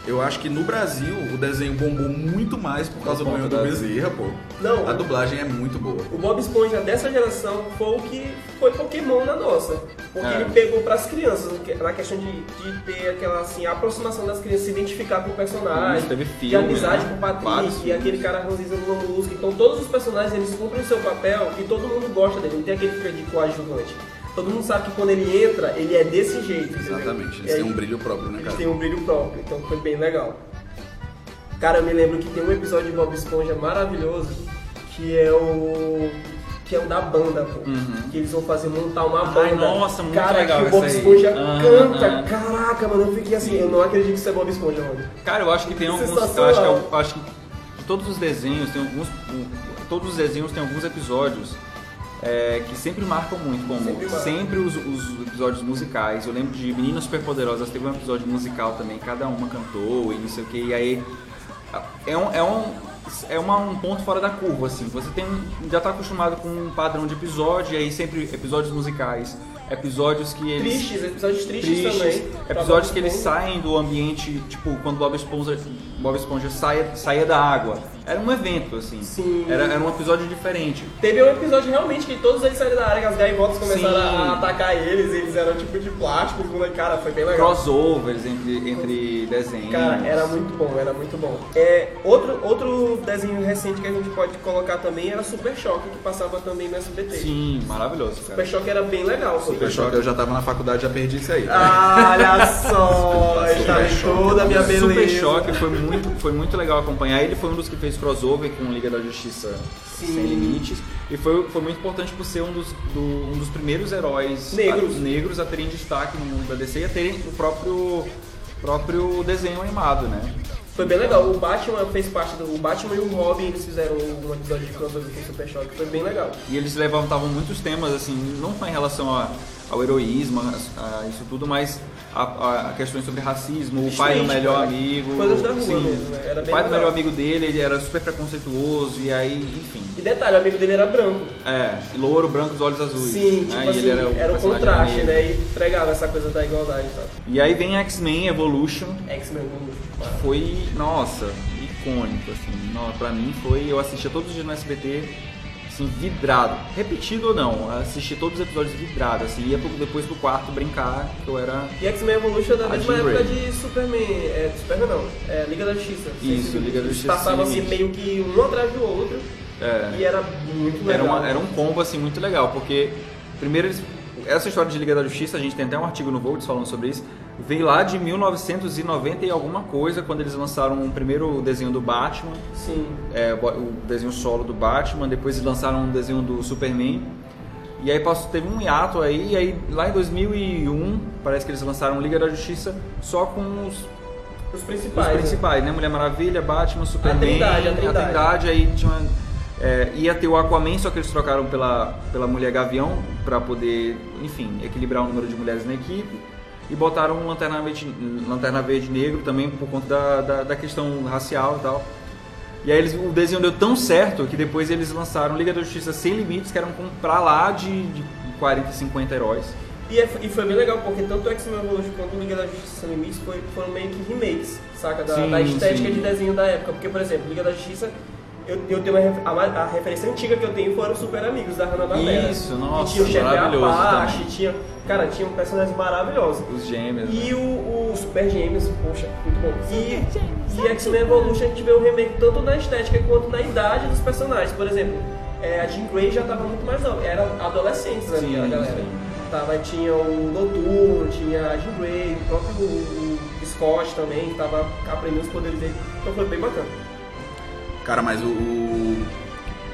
S3: eu acho que no Brasil o desenho bombou muito mais por causa do
S1: conta
S3: Wendel
S1: da-
S3: Bezerra, pô.
S2: Não.
S3: A dublagem é muito boa.
S2: O Bob Esponja dessa geração foi o que foi Pokémon na nossa. Porque
S1: É.
S2: ele pegou pras crianças, na questão de, de ter aquela assim, a aproximação das crianças, se identificar com o personagem.
S1: Isso, teve
S2: de
S1: filme,
S2: amizade
S1: né?
S2: com o Patrick,
S1: Vários
S2: e
S1: filmes.
S2: aquele cara ranzinza numa música. Então todos os personagens eles cumprem o seu papel e todo mundo gosta dele, não tem aquele que fica de coadjuvante. Todo mundo sabe que quando ele entra, ele é desse jeito. entendeu?
S3: Exatamente.
S2: E
S3: Eles têm
S2: aí-
S3: um brilho próprio, né,
S2: eles
S3: cara?
S2: têm um brilho próprio, então foi bem legal. Cara, eu me lembro que tem um episódio de Bob Esponja maravilhoso, que é o. que é o da banda, pô. Que eles vão fazer montar uma
S1: Uhum. Ai,
S2: banda.
S1: nossa, muito
S2: Cara,
S1: legal
S2: que o Bob
S1: essa aí.
S2: Esponja
S1: Ah,
S2: canta.
S1: ah.
S2: Caraca, mano, eu fiquei assim, eu não acredito que isso é Bob Esponja, mano.
S1: Cara, eu acho que tem alguns. Eu acho que,
S2: Sensacional.
S1: eu acho que de todos os desenhos tem alguns. Todos os desenhos tem alguns episódios é, que sempre marcam muito, como
S2: Sempre
S1: sempre,
S2: marcam.
S1: os, os episódios musicais. Eu lembro de Meninas Superpoderosas, teve um episódio musical também, cada uma cantou e não sei o que. E aí é um. É um é uma- um ponto fora da curva, assim. Você tem um- já tá acostumado com um padrão de episódio, e aí sempre episódios musicais, episódios que eles
S2: Tristes, episódios tristes,
S1: tristes,
S2: também. pra
S1: episódios
S2: Bob
S1: que eles
S2: Esponja.
S1: saem do ambiente, tipo, quando Bob Esponja, Bob Esponja saia, saía da água. Era um evento, assim.
S2: Sim.
S1: Era, era um episódio diferente.
S2: Teve um episódio realmente que todos eles saíram da área, que as gaivotas começaram
S1: Sim.
S2: a atacar eles, eles eram tipo de plástico, né? cara, foi bem legal.
S1: Crossovers entre, entre desenhos.
S2: Cara, era muito bom, era muito bom. É, outro, outro desenho recente que a gente pode colocar também era Super Choque, que passava também no SBT.
S1: Sim, maravilhoso, cara.
S2: Super Choque era bem legal. pô.
S3: Super Choque, eu já tava na faculdade, já perdi isso aí.
S2: um Ah, olha só,
S3: Super
S2: está em
S3: Choque.
S2: toda a minha beleza.
S1: Super Choque foi muito, foi muito legal acompanhar. Ele foi um dos que fez crossover com Liga da Justiça
S2: Sim.
S1: Sem Limites. E foi, foi muito importante por ser um dos, do- um dos primeiros heróis
S2: Negros.
S1: a, negros a terem destaque no mundo da DC e a terem o próprio, próprio desenho animado, né?
S2: Foi bem legal. O Batman fez parte do o Batman e o Robin, eles fizeram um episódio de crossover com Super Choque, foi bem legal.
S1: E eles levantavam muitos temas, assim, não só em relação a- ao heroísmo, a, a isso tudo, mas a, a- a questões sobre racismo, o pai do
S2: Street,
S1: melhor
S2: cara.
S1: amigo.
S2: né? Coisas da rua
S1: sim.
S2: mesmo, né? Era
S1: o
S2: bem
S1: pai do
S2: legal.
S1: melhor amigo dele, ele era super preconceituoso, e aí, enfim.
S2: E detalhe, o amigo dele era branco.
S1: É, louro, branco, os olhos azuis.
S2: Sim,
S1: né?
S2: tipo
S1: E
S2: assim,
S1: ele
S2: era,
S1: o
S2: o
S1: personagem
S2: contraste,
S1: negro.
S2: né? E entregava essa coisa da igualdade e tal.
S1: E aí vem X-Men Evolution,
S2: X-Men, vamos.
S1: que foi, nossa, icônico, assim. Não, pra mim foi, eu assistia todos os dias no SBT, assim, vidrado. Repetido ou não, assisti todos os episódios vidrado, assim. Ia pro- depois pro quarto brincar, que eu era...
S2: E X-Men Evolution é da
S1: A
S2: mesma
S1: Jean
S2: época
S1: Grey.
S2: de Superman. É, Superman não, é Liga da Justiça. Sem
S1: Isso,
S2: Limites.
S1: Liga da Justiça
S2: Passava
S1: Sem
S2: assim meio
S1: Limites.
S2: que um atrás do outro.
S1: É.
S2: E era muito
S1: Era,
S2: legal.
S1: uma- era um combo assim muito legal, porque primeiro eles- essa história de Liga da Justiça, a gente tem até um artigo no Volts falando sobre isso, veio lá de 1990 e alguma coisa, quando eles lançaram o primeiro desenho do Batman,
S2: Sim.
S1: é, bo- o desenho solo do Batman, depois eles lançaram um desenho do Superman. E aí passou, teve um hiato aí, e aí lá em 2001, parece que eles lançaram Liga da Justiça só com os
S2: Os
S1: os
S2: principais.
S1: principais, né? Mulher Maravilha, Batman, Superman,
S2: Trindade, a Trindade.
S1: Trindade, aí tinha uma- é, ia ter o Aquaman, só que eles trocaram pela, pela Mulher Gavião pra poder, enfim, equilibrar o número de mulheres na equipe. e botaram um Lanterna Verde, Lanterna Verde negro também por conta da, da, da questão racial e tal. E aí eles, o desenho deu tão certo que depois eles lançaram Liga da Justiça Sem Limites, que eram com- pra lá de, de 40, 50 heróis.
S2: E, é- e foi bem legal, porque tanto o X-Men Evolution quanto o Liga da Justiça Sem Limites foi- foram meio que remakes, saca? Da,
S1: Sim,
S2: da estética
S1: sim.
S2: de desenho da época. Porque, por exemplo, Liga da Justiça, eu, eu tenho uma ref- a, ma- a referência antiga que eu tenho foram os Super Amigos da Hanna-Barbera.
S1: Isso,
S2: Que
S1: nossa,
S2: Tinha o chefe
S1: maravilhoso
S2: Apache,
S1: também.
S2: tinha... Cara, tinha um personagens maravilhosos.
S1: Os gêmeos. né?
S2: E o, o Super Gêmeos, poxa, muito bom. E, e X-Men Evolution a gente vê um remake tanto na estética quanto na idade dos personagens. Por exemplo, é, a Jean Grey já tava muito mais nova, era adolescentes ali,
S1: Sim,
S2: a galera.
S1: sim.
S2: Tava, tinha o Noturno, tinha a Jean Grey, o próprio o, o Scott também, que tava aprendendo os poderes dele. Então foi bem bacana.
S3: Cara, mas o, o-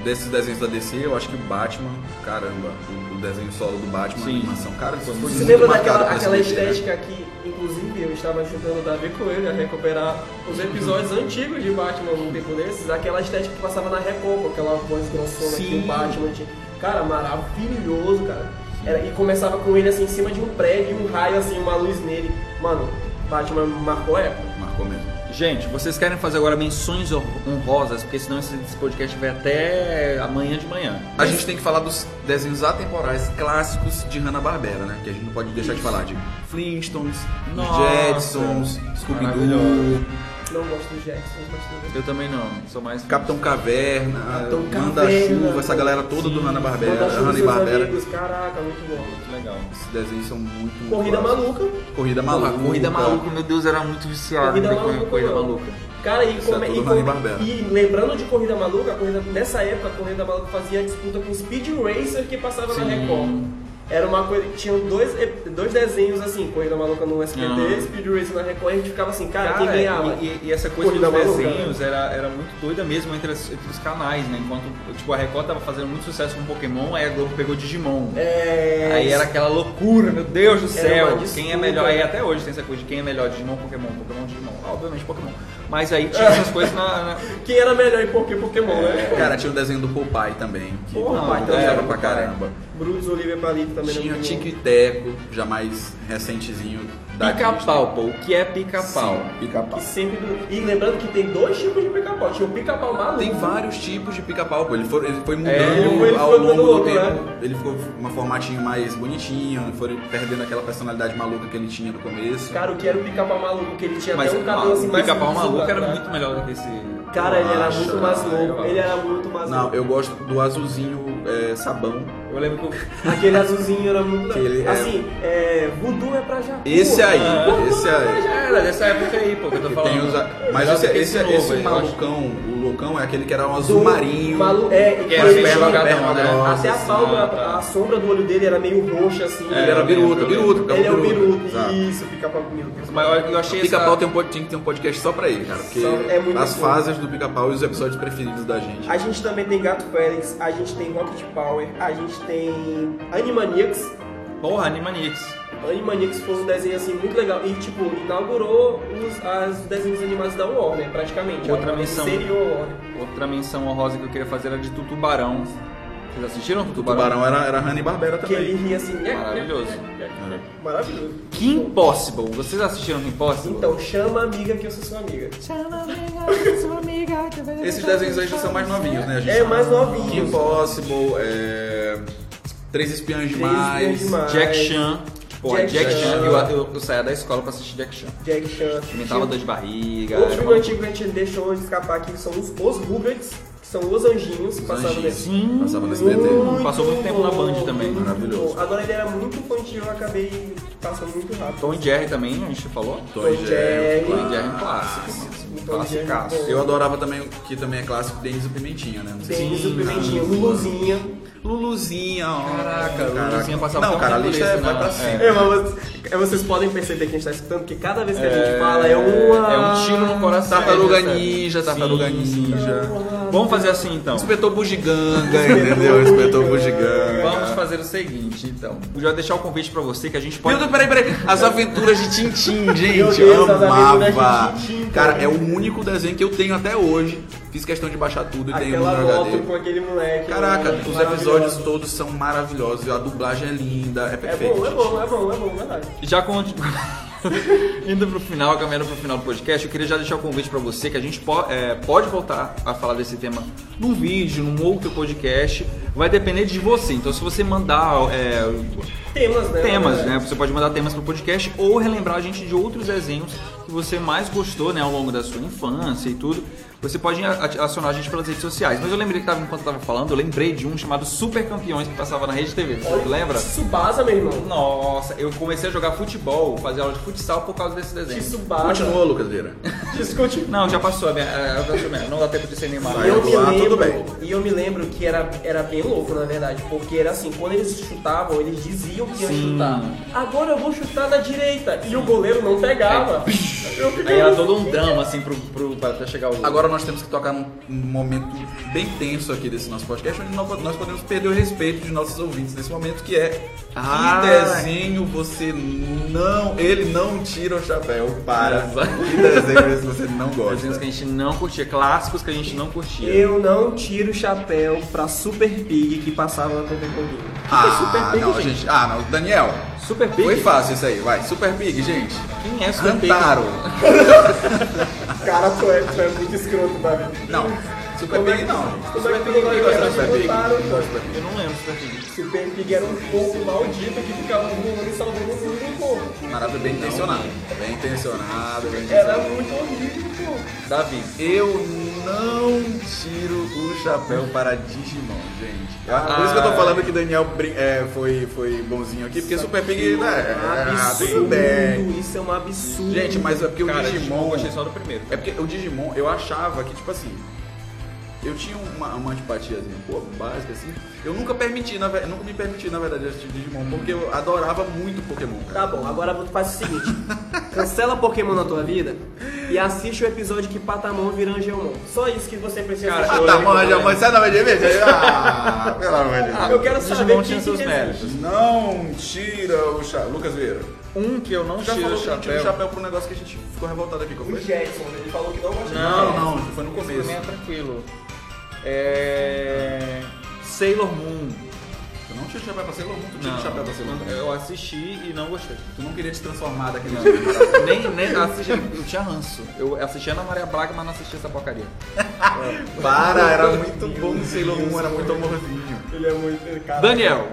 S3: Desses desenhos da DC, eu acho que o Batman, caramba, o, o desenho solo do Batman,
S1: Sim.
S3: a animação, cara, isso foi muito
S2: Você lembra
S3: marcado
S2: daquela
S3: pra
S2: aquela
S3: SBT, né?
S2: estética que, inclusive, eu estava ajudando o Davi Coelho a recuperar os episódios
S3: Uhum.
S2: antigos de Batman num tempo desses? Aquela estética que passava na Record, com aquela voz grossona que o
S1: Sim.
S2: Batman tinha. Cara, maravilhoso, cara. Era- e começava com ele assim em cima de um prédio, um raio assim, uma luz nele. Mano, Batman marcou a época.
S3: Marcou mesmo.
S1: Gente, vocês querem fazer agora menções hon- honrosas, porque senão esse esse podcast vai até amanhã de manhã.
S3: A gente tem que falar dos desenhos atemporais clássicos de Hanna-Barbera, né? Que a gente não pode deixar de falar de Flintstones,
S1: Nossa.
S3: Jetsons,
S1: Maravilhoso.
S3: Scooby-Doo,
S2: Não gosto do Jackson, não gosto do
S1: Eu também não, sou mais. um
S3: Capitão Caverna,
S2: Capitão Caverna.
S3: Manda-Chuva, essa galera toda do Hanna-Barbera,
S2: Manda chuva, seus
S3: Hanna-Barbera.
S2: amigos, caraca, muito bom.
S1: Muito legal.
S3: Esses desenhos são muito, muito
S2: Corrida
S3: clássicos.
S2: maluca.
S3: Corrida
S1: Porra,
S3: maluca.
S1: corrida maluca, meu Deus, era muito viciado.
S2: Corrida
S1: em
S2: Maluca.
S1: Corrida
S2: não.
S1: maluca.
S2: Cara, e,
S3: Isso é
S2: come-
S3: tudo
S2: e,
S3: Hanna
S2: come-
S3: Barbera.
S2: e lembrando de Corrida Maluca, a corrida, nessa época, a Corrida Maluca fazia disputa com Speed Racer que passava na
S1: Sim.
S2: Record. Era uma coisa. Tinham dois, ep- dois desenhos assim, Corrida Maluca no SBT,
S1: Aham.
S2: Speed Racer na Record, e a gente ficava assim, cara,
S1: Ah. Cara,
S2: quem ganhava?
S1: E, e- e essa coisa
S2: Corrida
S1: dos
S2: Maluca, né?
S1: desenhos era, era muito doida mesmo entre, as- entre os canais, né? Enquanto tipo, a Record tava fazendo muito sucesso com Pokémon, aí a Globo pegou Digimon.
S2: É,
S1: Aí era aquela loucura, meu Deus do
S2: uma
S1: céu.
S2: disputa.
S1: Quem é melhor? Aí até hoje tem essa coisa de quem é melhor, Digimon, Pokémon, Pokémon, Digimon. Ah, Obviamente Pokémon. Mas aí tinha essas coisas na. na...
S2: Quem era melhor em Poké- Pokémon,
S1: É.
S2: né?
S3: Cara, tinha o desenho do Popeye também, que
S2: Porra, é.
S3: eu
S2: Popeye
S3: gostava
S1: também.
S3: pra caramba.
S2: Brutus Oliver Palito também
S3: Tinha
S2: era muito
S3: Tico e Teco, já mais recentezinho da
S1: Pica-pau,
S3: Disney.
S1: pô. O que é pica-pau?
S3: Sim, Pica-pau.
S2: bom. E, sempre do- e lembrando que tem dois tipos de pica-pau. Tinha o pica-pau maluco.
S3: Tem vários tipos de pica-pau, pô. Ele foi, ele foi mudando
S1: ele
S2: foi- É, ele
S3: ao
S2: foi
S3: longo
S2: mudando
S3: do
S2: outro,
S3: tempo.
S2: né?
S3: Ele ficou uma formatinho mais bonitinho, foi perdendo aquela personalidade maluca que ele tinha no começo.
S2: Cara, o que era o pica-pau maluco? Que ele tinha
S1: Mas
S2: até um
S1: ah,
S2: cabelo assim
S1: o
S2: mais.
S1: pica-pau
S2: liso,
S1: maluco
S2: cara.
S3: né?
S1: era muito melhor do que esse.
S2: Cara, ele era
S3: Acho,
S2: muito mais
S1: cara,
S2: louco.
S1: eu
S2: Ele
S1: acho.
S2: era muito mais
S3: Não,
S2: louco.
S3: eu gosto do azulzinho é, sabão.
S1: Eu lembro que eu.
S2: Aquele azulzinho era muito louco.
S3: Aquele é-
S2: Assim, é... voodoo é pra Jacu.
S3: Esse aí,
S2: Voodoo
S3: esse
S2: é pra
S3: aí.
S2: Jacu.
S1: Ah. Era dessa época aí, pô, que eu tô
S3: Que
S1: falando.
S3: tem os a- Mas
S1: Já
S3: esse,
S1: fiquei
S3: esse,
S1: novo
S3: esse
S1: aí, eu acho.
S3: malucão, o loucão é aquele que era um azul marinho.
S2: Malu... É, e
S1: Que
S2: que
S1: era
S2: ele
S1: super
S2: tinha-
S1: jogadão, né?
S2: Até a
S3: Nossa
S2: palma,
S1: senhora.
S2: a sombra do olho dele era meio roxa assim.
S3: É, Ele era biruta, biruta, ficava
S2: Ele é o
S3: biruta.
S2: biruto.
S3: Exato.
S2: Isso, fica pra mim. Deus.
S1: Mas eu- eu achei essa...
S3: Pica-pau tem, um pod- tinha que ter um podcast só pra ele, cara. Porque
S2: Só- é muito
S3: as
S2: bom.
S3: fases do pica-pau e os episódios preferidos da gente.
S2: A gente também tem Gato Félix, a gente tem Rocket Power, a gente tem Animaniacs.
S3: um-
S1: Porra, Animaniacs.
S2: Animaniacs foi um desenho assim muito legal e tipo inaugurou os as desenhos animados da Warner praticamente.
S1: Outra
S2: Ela
S1: menção.
S2: Inseriu a Warner.
S1: Outra menção honrosa que eu queria fazer era de Tutubarão. Vocês assistiram
S3: O
S1: Tutubarão? É
S3: tubarão era, era Hanna e Barbera
S2: Que
S3: também.
S2: ele ria assim. né, né,
S1: Maravilhoso.
S2: né, né. Maravilhoso.
S1: Que Impossible. Vocês assistiram que Impossible?
S2: Então chama a amiga que eu sou sua amiga.
S3: Esses desenhos aí já são mais novinhos, né? A gente
S2: É, mais novinhos.
S3: Que Impossible, é... Três Espiãs
S2: Espiãs
S3: Demais.
S2: Demais.
S1: Jack Chan. Pô, é Jack,
S2: Jack
S1: Chan.
S2: Chan.
S1: Eu, eu, eu saía da escola pra assistir Jack Chan.
S2: Jack Chan.
S1: Inventava dor de barriga.
S2: Outro
S1: era
S2: filme
S1: uma-
S2: antigo que a gente deixou de escapar aqui que são os Os Rugrats, que são os anjinhos que passavam
S3: Anjinhos.
S2: nesse.
S1: Sim.
S3: Passava nesse BT.
S1: Passou muito tempo na Band também.
S2: muito
S3: Maravilhoso.
S2: bom. Agora ele era muito infantil, eu acabei passando muito rápido.
S1: Tom e Jerry também, a gente falou.
S3: Tom e Jerry.
S1: Tom e Jerry é um clássico.
S2: Tom e
S1: Clássico.
S2: Jerry. é
S3: Eu adorava também, o que também é clássico, Denis e o Pimentinha, né? Não sei se-
S2: Tem o Pimentinha, Luluzinha.
S3: Luluzinha, ó.
S1: Caraca, Luluzinha passava
S3: Não,
S1: tão
S3: cara, a
S1: tempo
S3: lista
S1: nisso,
S3: é- vai
S1: né?
S3: pra
S1: É.
S3: cima.
S2: É, mas é, vocês podem perceber que a gente tá escutando que cada vez que a gente
S1: É,
S2: fala é uma.
S1: é um tiro no coração.
S3: Tartaruga
S1: É,
S3: Ninja,
S1: sim.
S3: Tartaruga Ninja.
S1: Vamos fazer assim então.
S3: Espetou bugiganga, entendeu? Espetou bugiganga.
S1: Vamos fazer o seguinte, então. Já deixar o convite pra você que a gente
S3: Meu
S1: pode.
S3: Deus, peraí, peraí. As aventuras de Tintim, gente.
S2: Meu Deus,
S3: eu
S2: As Aventuras de
S3: amava. é um
S2: Tintim, cara.
S3: Cara, é o único desenho que eu tenho até hoje. Fiz questão de baixar tudo e tem no
S2: Aquela
S3: meu
S2: moto com
S3: HD.
S2: aquele moleque.
S3: Caraca,
S2: mano,
S3: os
S2: maravilhoso.
S3: episódios todos são maravilhosos. A dublagem é linda, é
S2: É
S3: perfeito.
S2: bom, é bom, é bom, é bom, verdade.
S1: Já conti- Indo pro final, caminhando pro final do podcast, eu queria já deixar o convite pra você que a gente po- é, pode voltar a falar desse tema num vídeo, num outro podcast. Vai depender de você. Então, se você mandar é,
S2: Temas, né?
S1: temas,
S2: mano?
S1: né? Você pode mandar temas pro podcast ou relembrar a gente de outros desenhos que você mais gostou, né, ao longo da sua infância e tudo. Você pode a- acionar a gente pelas redes sociais. Mas eu lembrei que tava, enquanto eu tava falando, eu lembrei de um chamado Super Campeões que passava na Rede TV. Você lembra?
S2: Tsubasa, meu irmão.
S1: Nossa, eu comecei a jogar futebol, fazer aula de futsal por causa desse desenho.
S2: Tsubasa.
S3: Continua, Lucas Vieira.
S2: Discute.
S1: Não, já passou, a minha, a- já passou mesmo. Não dá tempo de ser animado.
S3: Vai,
S2: E eu me
S3: Eduardo,
S2: lembro,
S3: tudo bem.
S2: e eu me lembro que era, era bem louco, na verdade, porque era assim, quando eles chutavam, eles diziam que ia
S1: Sim.
S2: chutar. Agora eu vou chutar da direita. E o goleiro não pegava.
S3: É.
S2: Eu fiquei
S1: Aí era
S2: assim,
S1: todo um drama, assim, pro, pro, pra até chegar o.
S3: Agora nós temos que tocar num num momento bem tenso aqui desse nosso podcast, onde nós nós podemos perder o respeito de nossos ouvintes nesse momento, que é
S1: Ah.
S3: que desenho você não. Ele não tira o chapéu para. Que desenho esse você não
S1: Desenhos que a
S3: gosta.
S1: gente não curtia, clássicos que a gente não curtia.
S2: Eu não tiro o chapéu pra Super Pig que passava na TV Globinho. O que que é Super Pig,
S3: Ah, não,
S2: gente?
S3: gente. Ah, não. Daniel,
S1: Super Pig?
S3: foi fácil isso aí, vai. Super Pig, gente.
S1: Quem é Super Pig?
S3: Cantaro.
S2: Cara, tu é, tu é muito escroto, Davi.
S3: Não, Super Pig não.
S2: Como é que tu não vai
S3: Quem gosta
S2: lembrar
S3: de Super
S2: de
S3: Pig?
S2: Kantaro, pô?
S1: Eu não lembro Super Pig.
S2: Super Pig era um corpo maldito que ficava voando e salvando o mundo um corpo.
S3: Maravilha, bem intencionado. Bem intencionado, bem intencionado.
S2: Era muito horrível, pô.
S1: Davi.
S3: Eu não tiro o chapéu para Digimon, gente. Por isso que eu
S1: Ah.
S3: tô falando que Daniel brin- é, foi, foi bonzinho aqui, porque Super Pig. né, ah, tudo bem.
S2: Um Absurdo, isso é um absurdo.
S3: Gente, mas é porque o
S1: Cara, Digimon eu
S3: Digimon.
S1: gostei só do primeiro.
S3: É porque o Digimon, eu achava que, tipo assim. Eu tinha uma, uma antipatiazinha um pouco básica, assim. Eu nunca permiti, na, ve- nunca me permiti, na verdade, assistir Digimon, porque eu adorava muito Pokémon,
S2: Tá
S3: cara.
S2: bom, agora tu faz o seguinte: cancela Pokémon na tua vida e assiste o episódio que Patamon vira Angelmon. Só isso que você precisa
S1: Cara,
S2: assistir.
S3: Ah, tá bom, já, mas sai da minha vez. Ah, pelo amor de Deus.
S2: Eu quero saber
S1: Digimon
S2: quem
S1: tinha
S2: que
S1: seus
S2: resiste.
S1: méritos.
S3: Não tira o chapéu. Lucas Vieira.
S1: Um que eu não
S3: Já
S1: tiro
S3: falou
S1: o
S3: que não tira o
S1: chapéu.
S3: chapéu pro negócio que a gente ficou revoltado aqui com
S2: O Jetson, ele falou que não gosta
S1: Não,
S2: de
S3: Não, não, foi no começo.
S1: Também é tranquilo. É. Sailor Moon.
S3: Tu não tira o chapéu pra Sailor Moon, tu tira
S1: Não,
S3: o chapéu pra Sailor Moon.
S1: eu assisti e não gostei.
S3: Tu não queria te transformar daquele
S1: nem, nem assisti, eu tinha ranço. Eu assisti a Ana Maria Braga, mas não assisti essa porcaria.
S3: Para, era muito bom o Sailor Moon, era muito amorzinho.
S2: Ele é muito. Cara,
S1: Daniel,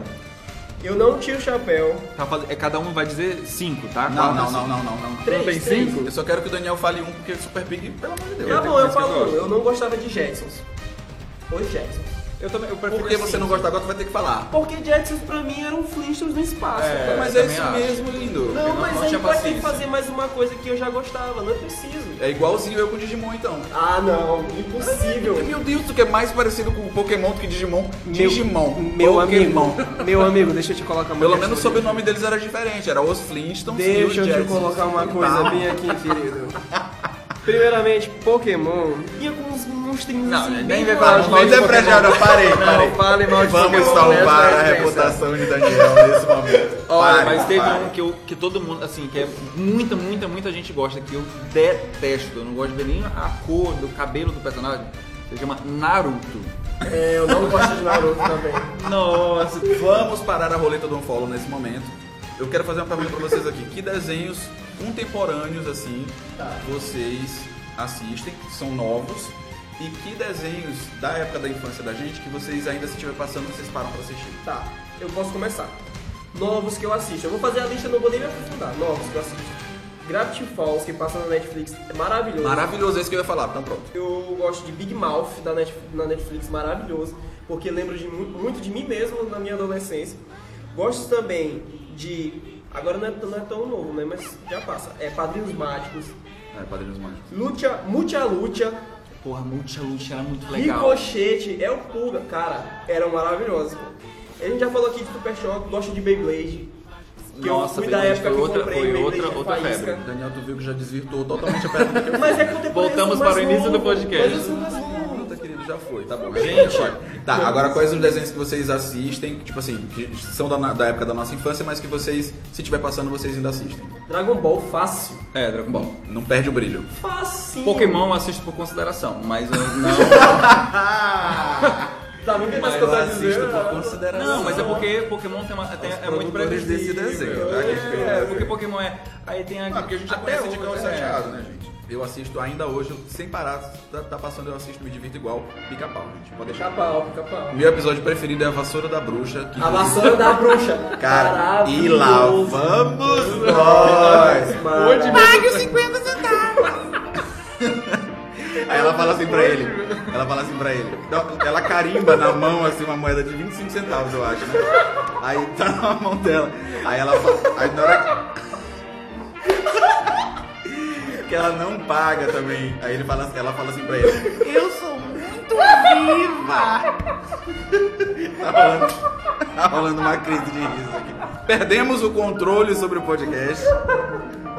S2: Eu não tiro o chapéu.
S1: tá faz... é, cada um vai dizer cinco, tá?
S3: Não, não, não, não, não, não.
S2: Três,
S1: tem
S2: três.
S1: cinco?
S3: Eu só quero que o Daniel fale um, porque Super Big, pelo amor de Deus.
S2: Tá
S1: tem
S2: bom, eu
S1: mais que eu
S2: falo,
S1: gosto.
S2: eu não gostava de Jetsons. Os Jetsons.
S1: Eu também, eu prefiro
S3: Porque você não gosta agora, tu vai ter que falar.
S2: Porque Jetsons pra mim eram Flintstones no espaço.
S1: É,
S2: cara.
S3: Mas é
S1: também
S3: isso
S1: acho.
S3: mesmo, lindo.
S2: Não, mas
S3: não
S2: aí
S3: tinha
S2: pra que
S3: paciência.
S2: fazer mais uma coisa que eu já gostava? Não preciso.
S3: É igualzinho eu com o Digimon, então.
S2: Ah, não, impossível.
S3: Meu Deus, tu que é mais parecido com o Pokémon do que Digimon. Digimon.
S2: Meu amigo.
S3: Pokémon.
S2: Meu amigo, deixa eu te colocar uma
S3: Pelo
S2: questão
S3: menos
S2: aqui.
S3: o sobrenome deles era diferente, era os Flintstones e os
S2: Deixa eu te
S3: Jetsons. Tá.
S2: colocar uma coisa bem aqui, querido. Primeiramente, Pokémon. né? Ia com uns monstrinhos. assim,
S1: Não,
S2: bem
S1: nem vai
S2: malucos.
S1: falar
S3: Tá,
S1: de
S3: mas é pra já, não, parei, parei.
S1: Não, fale mal de
S3: Vamos
S1: Pokémon,
S3: salvar
S1: né,
S3: a
S1: essa
S3: reputação de Daniel nesse momento.
S1: Olha,
S3: Pare,
S1: mas teve
S3: pare.
S1: um que, eu, que todo mundo, assim, que é muita, muita, muita gente gosta, que eu detesto. Eu não gosto de ver nem a cor do cabelo do personagem. Se chama Naruto.
S2: É, eu não gosto de Naruto também.
S1: Nossa.
S3: Vamos parar a roleta do Unfollow nesse momento. Eu quero fazer uma pergunta pra vocês aqui. Que desenhos contemporâneos, assim, vocês assistem, que são novos? E que desenhos da época da infância da gente que vocês ainda se estiver passando, vocês param pra assistir?
S2: Tá, eu posso começar. Novos que eu assisto. Eu vou fazer a lista, não vou nem me aprofundar. Novos que eu assisto. Gravity Falls, que passa na Netflix, é maravilhoso.
S3: Maravilhoso, é isso que eu ia falar, então pronto.
S2: Eu gosto de Big Mouth da Netf- na Netflix, maravilhoso, porque lembro de mu- muito de mim mesmo na minha adolescência. Gosto também de. Agora não é, t- não é tão novo, né? Mas já passa. É Padrinhos Mágicos,
S3: É, Padrinhos Mágicos.
S2: Lucha, Mucha Lucha,
S1: Porra, Multi Lucha era muito legal.
S2: Ricochete, El Pulga. Cara, eram maravilhosos. A gente já falou aqui de Super Shock, gosto de Beyblade. Que
S1: Nossa,
S2: eu fui da
S1: Beyblade
S2: época
S1: foi
S2: que eu
S1: outra-
S2: comprei
S1: foi
S2: Beyblade
S1: outra-
S2: de
S1: outra
S2: faísca.
S1: febre.
S3: Daniel, tu viu que já desvirtuou totalmente a pergunta que eu
S2: Mas é contemporâneo.
S1: Voltamos
S2: mais
S1: para o início do
S2: novo,
S1: podcast.
S2: mas eu sou mais novo.
S3: Puta, querido, já foi, tá bom.
S1: Gente.
S3: Tá, agora quais os desenhos que vocês assistem, tipo assim, que são da, na- da época da nossa infância, mas que vocês, se tiver passando, vocês ainda assistem.
S2: Dragon Ball fácil.
S1: É, Dragon Ball.
S3: Bom, não perde o brilho.
S2: Facinho.
S1: Pokémon eu assisto por consideração, mas eu não.
S3: Ah!
S2: Tá muito mais que
S3: eu
S2: eu tô dizendo. né?
S3: assisto por consideração.
S1: não, mas é porque Pokémon tem uma, tem- é muito
S3: Ah. produtores
S1: previsível.
S3: desse desenho, tá? Que eles
S1: É,
S3: criam.
S1: porque Pokémon é. Aí tem a.
S3: Ah, porque a gente já
S1: até
S3: conhece de
S1: hoje,
S3: calça
S1: é.
S3: chateado, né, gente? Eu assisto ainda hoje, eu- sem parar, tá, tá passando, eu assisto, me divirto igual, pica-pau, gente. Pode deixar.
S2: Pica-pau, pica-pau.
S3: Meu episódio preferido é a Vassoura da Bruxa. Que
S2: A vassoura da bruxa.
S3: Cara, e lá
S2: Maravilhoso.
S3: vamos nós!
S2: Maravilhoso.
S3: Aí ela fala assim pra ele. Ela fala assim pra ele. Dá- Ela carimba na mão assim uma moeda de 25 centavos, eu acho. né? Aí tá na mão dela. Aí ela fa- aí na hora que- que ela não paga também. Aí ele fala, ela fala assim pra ele. Eu sou muito viva. Tá rolando, tá rolando uma crise de riso aqui. Perdemos o controle sobre o podcast.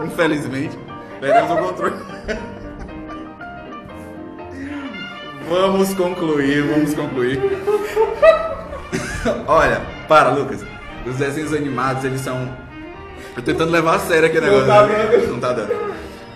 S3: Infelizmente, perdemos o controle. Vamos concluir, vamos concluir. Olha, para, Lucas. Os desenhos animados, eles são. Eu tô tentando levar a sério aqui o negócio.
S2: tá
S3: né?
S2: dando.
S3: Não tá dando.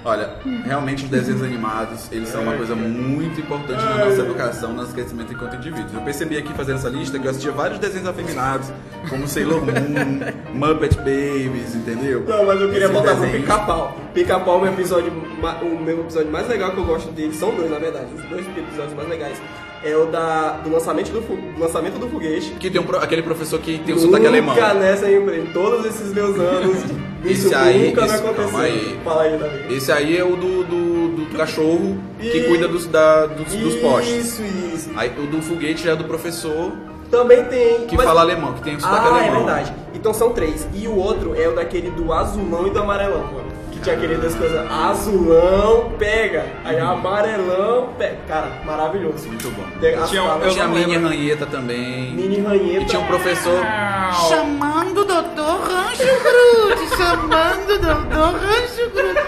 S3: Olha, realmente os desenhos animados, eles são uma coisa muito importante na nossa educação, no nosso crescimento enquanto indivíduos. Eu percebi aqui fazendo essa lista que eu assistia vários desenhos afeminados, como Sailor Moon, Muppet Babies, entendeu?
S2: Não, mas eu queria
S3: Esses
S2: voltar pro
S3: desenhos.
S2: pica-pau. Pica-pau é o meu episódio, ma- o meu episódio mais legal que eu gosto dele. São dois, na verdade. Os dois episódios mais legais. É o da, do, lançamento do, fu- do lançamento do foguete.
S3: Que tem um pro- aquele professor que tem o sotaque alemão.
S2: Nunca nessa empresa, em todos esses meus anos.
S3: Esse
S2: isso
S3: aí-
S2: nunca
S3: esse-
S2: vai acontecer.
S3: calma aí.
S2: Fala aí, Davi.
S3: Esse aí é o do, do, do cachorro que
S2: E-
S3: cuida dos, da- dos, dos postes.
S2: Isso, isso.
S3: Aí o do foguete já é do professor
S2: Também tem.
S3: que
S2: mas-
S3: fala alemão, que tem o sotaque
S2: Ah, é
S3: alemão.
S2: verdade. Então são três. E o outro é o daquele do azulão e do amarelão, mano. Que tinha aquele das coisas. Azulão pega. Aí
S3: Uhum.
S2: amarelão pega. Cara, maravilhoso.
S3: Muito bom.
S2: Tem as
S1: Tinha um-
S2: palavras-
S3: Tinha a
S1: não
S3: mini
S1: lembro.
S3: ranheta também.
S2: Mini ranheta.
S3: E tinha um professor.
S1: Ah,
S5: Chamando o doutor Rancho Cruz, chamando o doutor Rancho Cruz.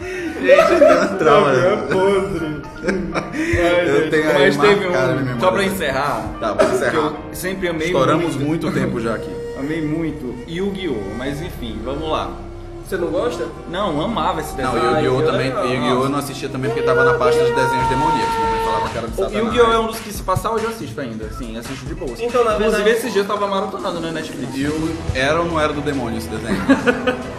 S3: Gente, tem uma trauma.
S2: É
S3: né?
S2: podre. Ai,
S3: Eu
S2: gente.
S3: tenho aí
S1: Mas teve um.
S3: marcado na memória.
S1: Só pra encerrar.
S3: Tá, vamos
S1: que
S3: encerrar.
S1: eu sempre amei
S3: Estouramos
S1: muito.
S3: muito tempo já aqui.
S1: Amei muito Yu-Gi-Oh! Mas enfim, vamos lá.
S2: Você não gosta?
S1: Não, amava esse
S3: Não,
S1: desenho.
S2: Ah,
S3: Yu-Gi-Oh!
S2: Yu-Gi-Oh!
S3: também.
S2: é legal.
S3: Yu-Gi-Oh! eu não assistia também porque tava na pasta de desenhos demoníacos. Minha mãe falava que era de
S1: O
S3: Satanás.
S1: Yu-Gi-Oh! é um dos que se passar hoje eu assisto ainda, assim, assisto de boa.
S2: Então, na
S1: Inclusive,
S2: verdade-
S1: esses dias eu tava maratonando na Netflix.
S3: E o- era ou não era do demônio esse desenho?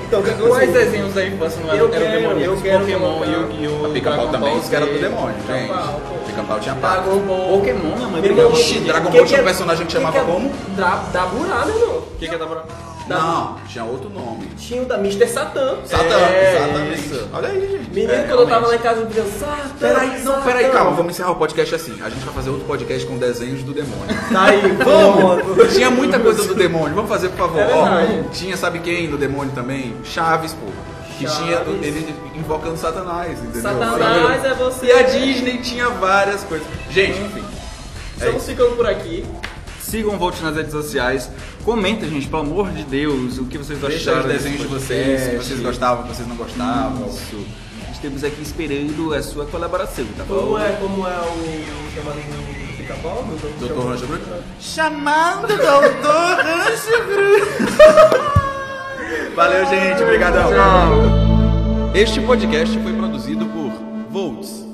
S2: Então, o que que você-
S3: é-
S1: Quais desenhos da infância não eram,
S2: Eu
S1: eram
S2: quero,
S1: demoníacos?
S2: eu quero
S1: Pokémon,
S2: colocar.
S1: Yu-Gi-Oh!
S3: A pica-pau
S1: Dragon
S3: também,
S1: Ball
S3: os caras
S1: Z.
S3: do demônio, gente.
S2: Dragon Ball.
S3: Pica-pau tinha pago.
S2: Dragon Ball.
S1: Pokémon, minha mãe
S2: Meu
S1: brigava
S2: irmão,
S1: comigo.
S3: Oxi, Dragon
S2: que
S3: Ball
S2: que
S3: tinha
S2: é-
S3: um personagem que chamava
S2: que que é-
S3: como?
S2: Dra Daburá, meu irmão.
S1: O que que é da Bra-
S3: Não, tinha outro nome.
S2: Tinha o da Mr. Satan.
S3: Satã,
S2: É,
S3: exatamente.
S2: isso.
S3: Olha aí, gente.
S2: Menino,
S3: É,
S2: quando eu tava lá em
S3: realmente.
S2: casa, eu dizia, Satan.
S3: Peraí, não, peraí,
S2: Satan."
S3: calma, vamos encerrar o podcast assim. A gente vai fazer outro podcast com desenhos do demônio.
S2: Tá aí,
S3: Vamos! Tinha muita coisa do demônio, vamos fazer, por favor.
S2: É
S3: Ó,
S2: verdade.
S3: tinha, sabe quem do demônio também? Chaves, pô. Que
S2: Chaves.
S3: tinha ele invocando Satanás, entendeu?
S2: Satanás é você.
S3: E a Disney É tinha várias coisas. Gente, enfim.
S2: Estamos ficando por aqui.
S1: Sigam o Volt nas redes sociais. Comenta, gente, pelo amor de Deus, o que vocês
S3: Deixa os
S1: acharam. desse
S3: desenhos de vocês,
S1: podcast.
S3: se vocês gostavam, se vocês não gostavam.
S1: Isso. Estamos aqui esperando a sua colaboração, tá bom?
S2: Como é, como é o chamado do pica-pau?
S3: Doutor Rocha Bruno?
S5: Chamando o doutor Rancho Cruz.
S3: Valeu, gente. Obrigadão.
S1: Tchau.
S3: Este podcast foi produzido por Volts.